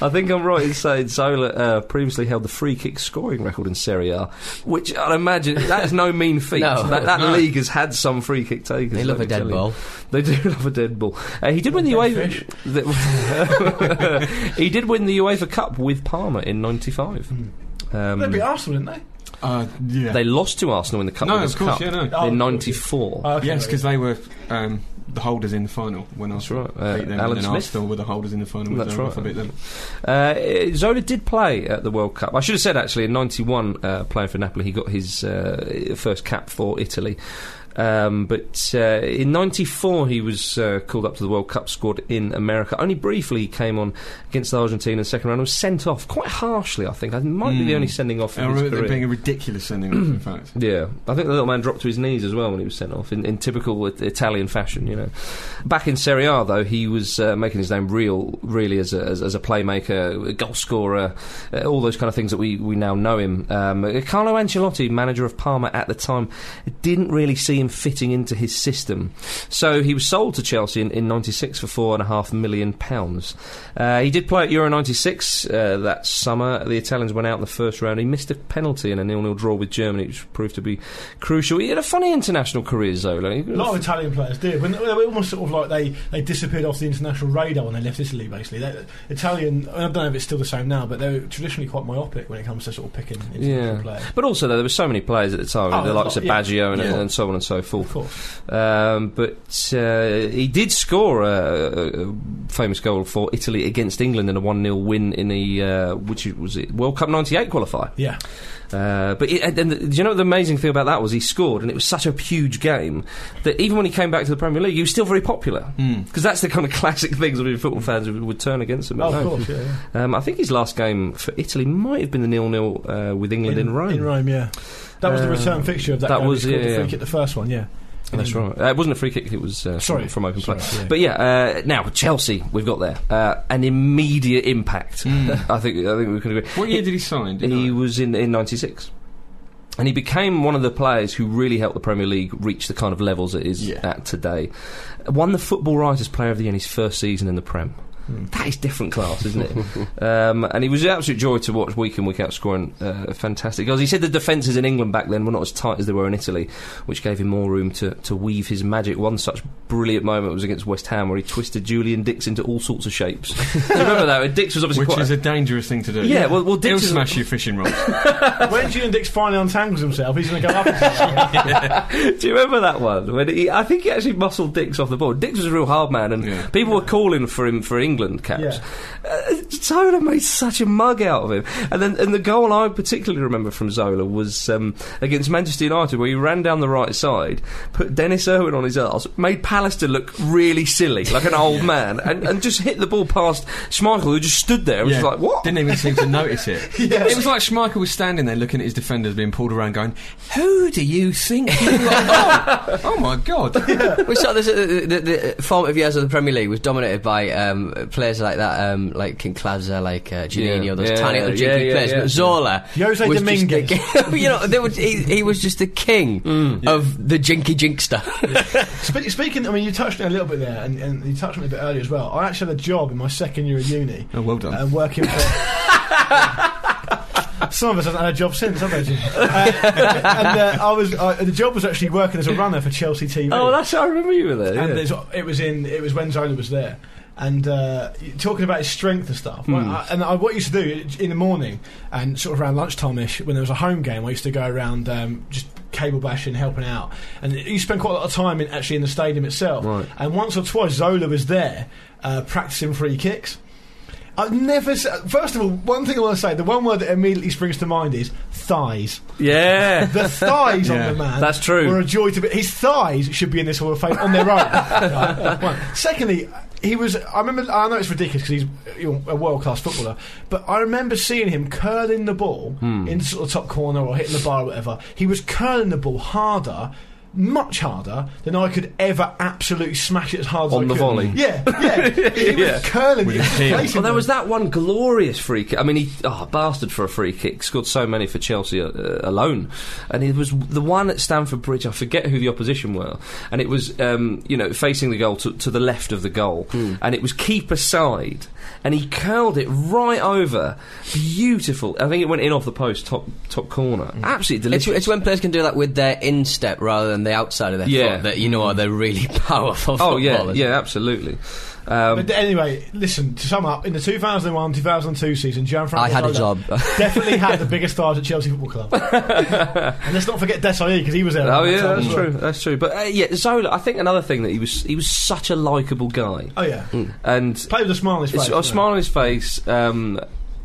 Speaker 1: I think I'm right in saying Zola uh, previously held the free kick scoring record in Serie A, which I imagine that is no mean feat.
Speaker 2: No.
Speaker 1: that that league has had some free kick takers.
Speaker 2: They
Speaker 1: let
Speaker 2: love
Speaker 1: me
Speaker 2: a dead
Speaker 1: tell you.
Speaker 2: ball.
Speaker 1: They do love a dead ball. Uh, he did win the
Speaker 4: Dead
Speaker 1: UEFA.
Speaker 4: fish.
Speaker 1: the- he did win the UEFA Cup with Parma in '95.
Speaker 4: They'd be
Speaker 1: Um,
Speaker 4: Arsenal, wouldn't they?
Speaker 3: Uh, yeah.
Speaker 1: They lost to Arsenal in the Cup.
Speaker 3: No,
Speaker 1: Winners'
Speaker 3: of course,
Speaker 1: Cup
Speaker 3: yeah, no.
Speaker 4: Oh,
Speaker 1: In 94.
Speaker 4: Okay,
Speaker 3: yes,
Speaker 4: there we
Speaker 3: because they were um, the holders in the final when
Speaker 1: That's
Speaker 3: Arsenal
Speaker 1: right, uh,
Speaker 3: beat them.
Speaker 1: Alan
Speaker 3: and then
Speaker 1: Smith.
Speaker 3: Arsenal were the holders in the final. when
Speaker 1: That's
Speaker 3: Zara
Speaker 1: right.
Speaker 3: beat them.
Speaker 1: Uh, Zola did play at the World Cup. I should have said actually in '91, uh, playing for Napoli, he got his uh, first cap for Italy. Um, but uh, in '94, he was uh, called up to the World Cup squad in America. Only briefly, he came on against Argentina in the second round and was sent off quite harshly. I think I might be the
Speaker 3: Mm.
Speaker 1: only sending off.
Speaker 3: I
Speaker 1: of his
Speaker 3: remember
Speaker 1: career.
Speaker 3: them being a ridiculous sending off, in fact.
Speaker 1: Yeah, I think the little man dropped to his knees as well when he was sent off in, in typical I- Italian fashion, you know. Back in Serie A, though, he was uh, making his name real, really as a, as, as a playmaker, a goal scorer, uh, all those kind of things that we, we now know him. Um, uh, Carlo Ancelotti, manager of Parma at the time, didn't really see him fitting into his system. So he was sold to Chelsea in, in 96 for four and a half million pounds. Uh, he did play at Euro 96 uh, that summer. The Italians went out in the first round. He missed a penalty in a nil-nil draw with Germany, which proved to be crucial. He had a funny international career, Zola. He-
Speaker 4: A lot of Italian players did. When they were almost sort of like they, they disappeared off the international radar when they left Italy. Basically, they, Italian. I don't know if it's still the same now, but they were traditionally quite myopic when it comes to sort of picking international
Speaker 1: Yeah.
Speaker 4: players.
Speaker 1: But also, though, there were so many players at the time,
Speaker 4: Oh,
Speaker 1: the likes
Speaker 4: there's
Speaker 1: of
Speaker 4: a lot,
Speaker 1: Baggio and,
Speaker 4: Yeah.
Speaker 1: and so on and so forth.
Speaker 4: Of course,
Speaker 1: Um, but uh, he did score a, a famous goal for Italy against England in a 1 0 win in the, uh, which was it, World Cup 98 qualifier.
Speaker 4: yeah.
Speaker 1: Uh, but it, and, and do you know what the amazing thing about that was? He scored, and it was such a huge game that even when he came back to the Premier League, he was still very popular.
Speaker 3: Mm.
Speaker 1: Because that's the kind of classic things that we football fans would, would turn against him.
Speaker 4: Oh,
Speaker 1: No.
Speaker 4: of course, yeah. yeah.
Speaker 1: Um, I think his last game for Italy might have been the nil-nil uh, with England in, Rome.
Speaker 4: In Rome, yeah. That was the
Speaker 1: Uh,
Speaker 4: return fixture of that.
Speaker 1: that
Speaker 4: game.
Speaker 1: was-
Speaker 4: He scored
Speaker 1: yeah,
Speaker 4: the free
Speaker 1: yeah.
Speaker 4: kick, the first one, yeah. Um,
Speaker 1: That's right. Uh, it wasn't a free kick; it was uh,
Speaker 4: Sorry.
Speaker 1: from, from open play.
Speaker 4: Sorry, yeah.
Speaker 1: But yeah, uh, now Chelsea, we've got there uh, an immediate impact. I think I think we can agree.
Speaker 3: Hmm. What year did he sign? Do you
Speaker 1: He
Speaker 3: know?
Speaker 1: was in in '96. And he became one of the players who really helped the Premier League reach the kind of levels it is
Speaker 3: Yeah.
Speaker 1: at today. Won the Football Writers Player of the Year in his first season in the Prem.
Speaker 4: Hmm.
Speaker 1: That is different class, isn't it? um, and he was an absolute joy to watch week in, week out, scoring uh, fantastic goals. He said the defences in England back then were not as tight as they were in Italy, which gave him more room to, to weave his magic. One such brilliant moment was against West Ham, where he twisted Julian Dix into all sorts of shapes. Do you remember that? Dix was obviously
Speaker 3: Which
Speaker 1: quite.
Speaker 3: is a dangerous thing to do.
Speaker 1: yeah, well, well
Speaker 3: He'll
Speaker 1: Dix is-
Speaker 3: smash your fishing rod.
Speaker 4: when Julian Dix finally untangles himself, he's going to go up.
Speaker 1: Do you remember that one? When he, I think he actually muscled Dix off the ball. Dix was a real hard man, and
Speaker 3: Yeah.
Speaker 1: people were calling for him for England caps. Uh, Zola made such a mug out of him, and then and the goal I particularly remember from Zola was um, against Manchester United, where he ran down the right side, put Dennis Irwin on his arse, made Pallister look really silly, like an old man, and, and just hit the ball past Schmeichel, who just stood there and
Speaker 3: Yeah.
Speaker 1: was like, "What?"
Speaker 3: Didn't even seem to notice it.
Speaker 4: Yeah.
Speaker 3: It was like Schmeichel was standing there looking at his defenders being pulled around, going, "Who do you think you are?" oh my god!
Speaker 2: we saw this. uh, The, the, the formative years of the Premier League was dominated by um, players like that, um, like Kinclaza, like uh, Janino,
Speaker 1: Yeah.
Speaker 2: those
Speaker 1: Yeah,
Speaker 2: tiny little
Speaker 1: yeah,
Speaker 2: jiggly
Speaker 1: yeah,
Speaker 2: players.
Speaker 1: yeah.
Speaker 2: But Zola,
Speaker 4: Jose
Speaker 2: was just
Speaker 4: Dominguez.
Speaker 2: the king- you know, they were, he, he was just the king
Speaker 1: Mm.
Speaker 2: of the jinky jinkster.
Speaker 4: Spe- speaking, I mean, you touched on it a little bit there, and, and you touched on it a bit earlier as well. I actually had a job in my second year of uni.
Speaker 3: Oh, well done.
Speaker 4: And working for. Some of us haven't had a job since, have they? Jim? Uh, and uh, I was, I, the job was actually working as a runner for Chelsea TV.
Speaker 1: Oh, that's I remember you were there.
Speaker 4: And
Speaker 1: yeah.
Speaker 4: there's, it was in it was when Zola was there, and uh, y- talking about his strength and stuff.
Speaker 1: Hmm.
Speaker 4: Well, I, and I, what I used to do in the morning and sort of around lunchtime ish when there was a home game, I used to go around um, just cable bashing, helping out, and you spend quite a lot of time in, actually in the stadium itself.
Speaker 1: Right.
Speaker 4: And once or twice Zola was there uh, practicing free kicks. I've never. s- First of all, one thing I want to say: the one word that immediately springs to mind is thighs.
Speaker 1: yeah.
Speaker 4: The thighs
Speaker 3: Yeah.
Speaker 4: on the man.
Speaker 1: That's true.
Speaker 4: Were a joy to be. His thighs should be in this Hall of Fame on their own. Right, one. Secondly, he was. I remember. I know it's ridiculous because he's you know, a world class footballer, but I remember seeing him curling the ball
Speaker 1: Hmm.
Speaker 4: into sort of top corner or hitting the bar or whatever. He was curling the ball harder. Much harder than I could ever absolutely smash it as hard as
Speaker 1: On
Speaker 4: I
Speaker 1: the
Speaker 4: could.
Speaker 1: volley.
Speaker 4: Yeah, yeah. He
Speaker 1: Yeah.
Speaker 4: was curling
Speaker 3: With
Speaker 4: it.
Speaker 3: his heel.
Speaker 4: placing
Speaker 1: Well, there
Speaker 4: them.
Speaker 1: was that one glorious free kick. I mean, he oh, bastard for a free kick. Scored so many for Chelsea uh, alone, and it was the one at Stamford Bridge. I forget who the opposition were, and it was um, you know facing the goal to, to the left of the goal,
Speaker 2: Hmm.
Speaker 1: and it was keeper side, and he curled it right over. Beautiful. I think it went in off the post, top top corner. Absolutely
Speaker 2: Hmm. it's,
Speaker 1: delicious.
Speaker 2: it's when players can do that with their instep rather than the outside of their
Speaker 1: Yeah.
Speaker 2: foot that you know are they're really powerful.
Speaker 1: Oh yeah,
Speaker 2: footballers.
Speaker 1: yeah, absolutely. Um,
Speaker 4: But anyway, listen, to sum up, in the 2001 2002 season, Gianfranco
Speaker 2: I had a
Speaker 4: Zola
Speaker 2: job.
Speaker 4: definitely had the biggest stars at Chelsea Football Club. and let's not forget Desai because he was there.
Speaker 1: Oh
Speaker 4: at that
Speaker 1: yeah,
Speaker 4: time
Speaker 1: that's
Speaker 4: as well.
Speaker 1: true. That's true. But uh, yeah, Zola. I think another thing that he was he was such a likable guy,
Speaker 4: Oh, yeah.
Speaker 1: and
Speaker 4: Play with a smile on his face.
Speaker 1: it's, Hmm. a
Speaker 4: didn't he?
Speaker 1: smile on his face. Um,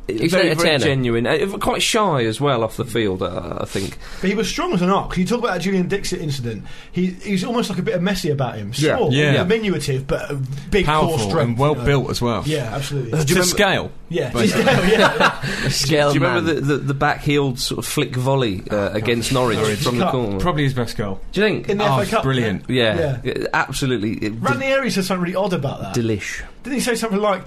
Speaker 2: He's
Speaker 1: very,
Speaker 2: an
Speaker 1: very
Speaker 2: entertainer.
Speaker 1: genuine, uh, quite shy as well off the field. Uh, I think.
Speaker 4: But he was strong as an ox. You talk about that Julian Dixit incident. He he's almost like a bit of Messi about him.
Speaker 1: Yeah.
Speaker 4: Small,
Speaker 3: Yeah.
Speaker 4: diminutive, but a big core
Speaker 3: Powerful
Speaker 4: strength.
Speaker 3: and well
Speaker 4: you know.
Speaker 3: built as well.
Speaker 4: Yeah, absolutely.
Speaker 3: To scale.
Speaker 4: yeah.
Speaker 3: basically.
Speaker 4: yeah, yeah.
Speaker 2: Scale
Speaker 1: Do you
Speaker 2: man.
Speaker 1: remember the, the, the back heeled sort of flick volley uh, against Norwich
Speaker 4: Norwich.
Speaker 1: from the
Speaker 4: Cup.
Speaker 1: corner?
Speaker 3: Probably his best goal.
Speaker 1: Do you think?
Speaker 4: In the
Speaker 3: Oh,
Speaker 4: FA Cup.
Speaker 3: brilliant.
Speaker 1: yeah, yeah, absolutely. It,
Speaker 4: Ranieri said something really odd about that.
Speaker 1: delish.
Speaker 4: Didn't he say something like,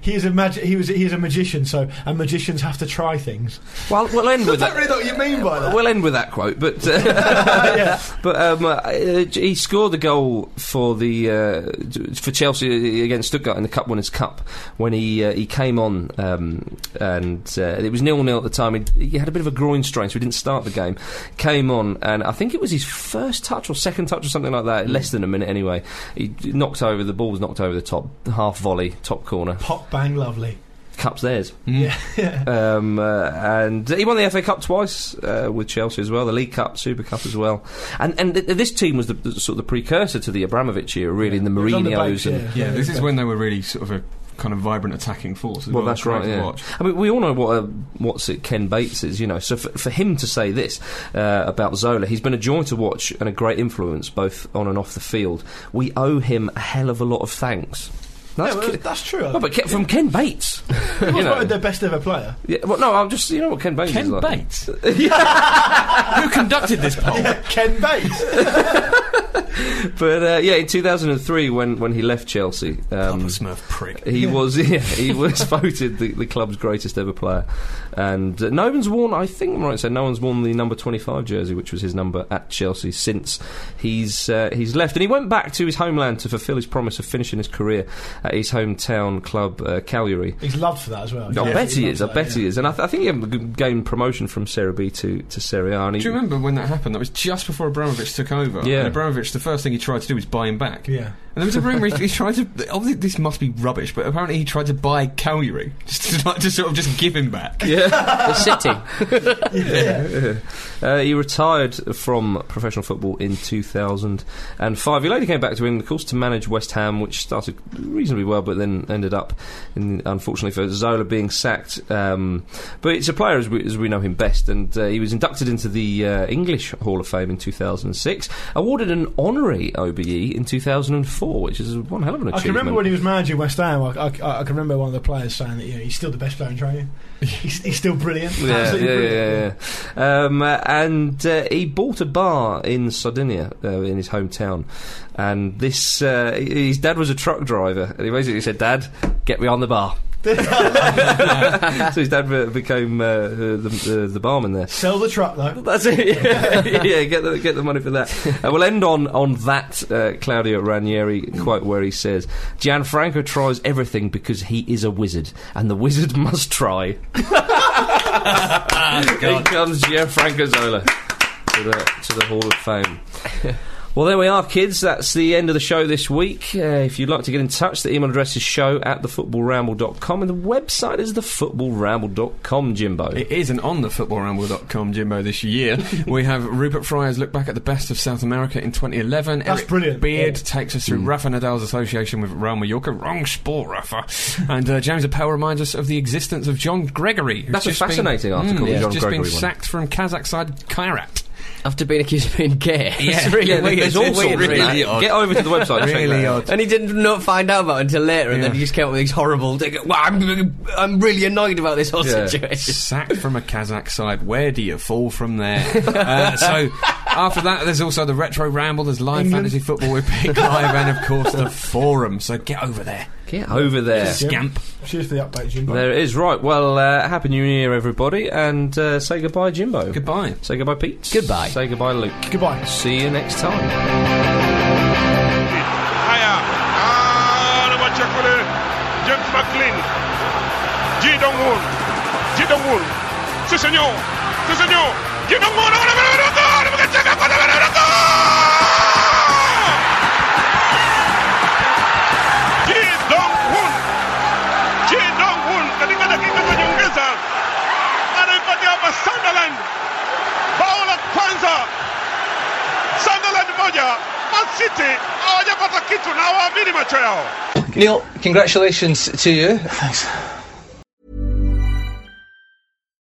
Speaker 4: "He is a magi- he was he is a magician, so and magicians have to try things."
Speaker 1: Well, we'll end
Speaker 4: I
Speaker 1: with
Speaker 4: don't
Speaker 1: that.
Speaker 4: really know what you mean by that.
Speaker 1: We'll end with that quote, but uh,
Speaker 4: yeah.
Speaker 1: but um, uh, he scored the goal for the uh, for Chelsea against Stuttgart in the Cup Winners' Cup when he uh, he came on um, and uh, it was nil nil at the time. He, he had a bit of a groin strain, so he didn't start the game. Came on and I think it was his first touch or second touch or something like that. Less than a minute anyway. He knocked over the ball was knocked over the top half volley top corner.
Speaker 4: Pop bang, lovely.
Speaker 1: Cup's theirs.
Speaker 3: Mm.
Speaker 4: Yeah, yeah.
Speaker 1: Um, uh, and he won the FA Cup twice uh, with Chelsea as well, the League Cup, Super Cup as well. And and th- this team was the, the sort of the precursor to the Abramovich era, really, in the
Speaker 4: It was on the
Speaker 1: Mourinho's.
Speaker 4: bench,
Speaker 1: and,
Speaker 4: yeah.
Speaker 3: Yeah, this is
Speaker 4: Yeah.
Speaker 3: when they were really sort of a kind of vibrant attacking force. As
Speaker 1: Well,
Speaker 3: well,
Speaker 1: that's
Speaker 3: Great
Speaker 1: right.
Speaker 3: to
Speaker 1: Yeah.
Speaker 3: watch.
Speaker 1: I mean, we all know what uh, what's it Ken Bates is, you know. So for, for him to say this uh, about Zola, he's been a joy to watch and a great influence both on and off the field. We owe him a hell of a lot of thanks.
Speaker 4: Yeah,
Speaker 1: That's
Speaker 4: well,
Speaker 1: Ke-
Speaker 4: that's true.
Speaker 1: no, but Ke- from Ken Bates. you
Speaker 4: He's
Speaker 1: know.
Speaker 4: probably their best ever player.
Speaker 1: Yeah, well, no, I'm just you know what Ken Bates is
Speaker 3: Ken
Speaker 1: like.
Speaker 3: Bates. Who conducted this
Speaker 4: Oh.
Speaker 3: poll?
Speaker 4: Ken Bates.
Speaker 1: But uh, yeah, in 2003, when, when he left Chelsea,
Speaker 3: Papa
Speaker 1: um,
Speaker 3: Smurf prick.
Speaker 1: he was yeah, he was voted the, the club's greatest ever player, and uh, no one's worn. I think I'm right in saying no one's worn the number 25 jersey, which was his number at Chelsea since he's uh, he's left, and he went back to his homeland to fulfil his promise of finishing his career at his hometown club, uh, Cagliari.
Speaker 4: He's loved for that as
Speaker 1: I
Speaker 4: well. Yeah,
Speaker 1: bet he
Speaker 4: loves
Speaker 1: is. I
Speaker 4: that,
Speaker 1: bet
Speaker 4: yeah.
Speaker 1: he is, and I, th- I think he g- gained promotion from Serie B to to Serie A. And he,
Speaker 3: Do you remember when that happened? That was just before Abramovich took over.
Speaker 1: Yeah.
Speaker 3: And Abramovich, the first thing he tried to do was buy him back.
Speaker 4: Yeah.
Speaker 3: And there was a rumour he, he tried to. Obviously, this must be rubbish, but apparently he tried to buy Cagliari just to, like, to sort of just give him back.
Speaker 2: the city.
Speaker 1: Uh, he retired from professional football in 2005. He later came back to England, of course, to manage West Ham, which started reasonably well, but then ended up, in, unfortunately for Zola, being sacked. Um, but it's a player as we, as we know him best, and uh, he was inducted into the uh, English Hall of Fame in 2006, awarded an honorary OBE in 2004, which is one hell of an achievement.
Speaker 4: I can remember when he was managing West Ham. I, I, I can remember one of the players saying that you know, he's still the best player in training. He's, he's still brilliant.
Speaker 1: Yeah,
Speaker 4: Absolutely
Speaker 1: yeah, yeah,
Speaker 4: brilliant.
Speaker 1: yeah, yeah. Um, uh, and uh, he bought a bar in Sardinia, uh, in his hometown. And this, uh, his dad was a truck driver, and he basically said, "Dad, get me on the bar." so his dad be- became uh, uh, the, uh, the barman there.
Speaker 4: Sell the truck though.
Speaker 1: That's it. Yeah, yeah get, the, get the money for that. And we'll end on on that uh, Claudio Ranieri quote where he says, "Gianfranco tries everything because he is a wizard, and the wizard must try." Here comes Gianfranco Zola to the to the Hall of Fame. Well, there we are, kids. That's the end of the show this week. Uh, if you'd like to get in touch, the email address is show at thefootballramble.com, and the website is thefootballramble.com, Jimbo.
Speaker 3: It is an on the footballramble.com Jimbo this year. we have Rupert Fryer's look back at the best of South America in 2011.
Speaker 4: That's brilliant.
Speaker 3: Beard
Speaker 4: Yeah.
Speaker 3: takes us
Speaker 1: Mm.
Speaker 3: through Rafa Nadal's association with Real Mallorca. Wrong sport, Rafa. and uh, James Appel reminds us of the existence of John Gregory. who's
Speaker 1: That's a
Speaker 3: just been-
Speaker 1: fascinating article, the
Speaker 3: who's
Speaker 1: John
Speaker 3: just
Speaker 1: Gregory
Speaker 3: been
Speaker 1: one.
Speaker 3: sacked from Kazakh side Kairat.
Speaker 2: After being accused of being gay. It's really
Speaker 1: Yeah,
Speaker 2: weird.
Speaker 1: there's all
Speaker 2: It's weird,
Speaker 1: sorts of
Speaker 2: really.
Speaker 1: that. Get over to the website. and check
Speaker 3: Really
Speaker 1: that out.
Speaker 3: odd.
Speaker 2: And he didn't not find out about it until later, and then
Speaker 3: Yeah.
Speaker 2: he just came up with these horrible. dig- Well, I'm, I'm really annoyed about this whole
Speaker 1: Yeah.
Speaker 2: situation.
Speaker 3: Sacked from a Kazakh side. Where do you fall from there? uh, so after that, there's also the retro ramble. There's live fantasy football with Big Live, and of course the forum. So get over there,
Speaker 1: Get over there.
Speaker 4: Yeah.
Speaker 3: scamp.
Speaker 4: Cheers for the update, Jim.
Speaker 1: There it is. Right. Well, uh, happy New Year, everybody, and uh, say goodbye, Jimbo.
Speaker 3: Goodbye.
Speaker 1: say goodbye, Pete.
Speaker 2: Goodbye.
Speaker 1: Say goodbye, Luke.
Speaker 4: Goodbye.
Speaker 1: See you next time.
Speaker 7: Higher. Ah, Rabachak with it. James McLean. Ji Dong-hoon. Ji Dong-hoon. Si, senor. Si, senor. Ji Dong-hoon. Ahora me lo gol. Porque Chaka puede ver el gol. Ji City hawajapata kitu na waamini macho yao.
Speaker 8: Neil, congratulations to you. Thanks.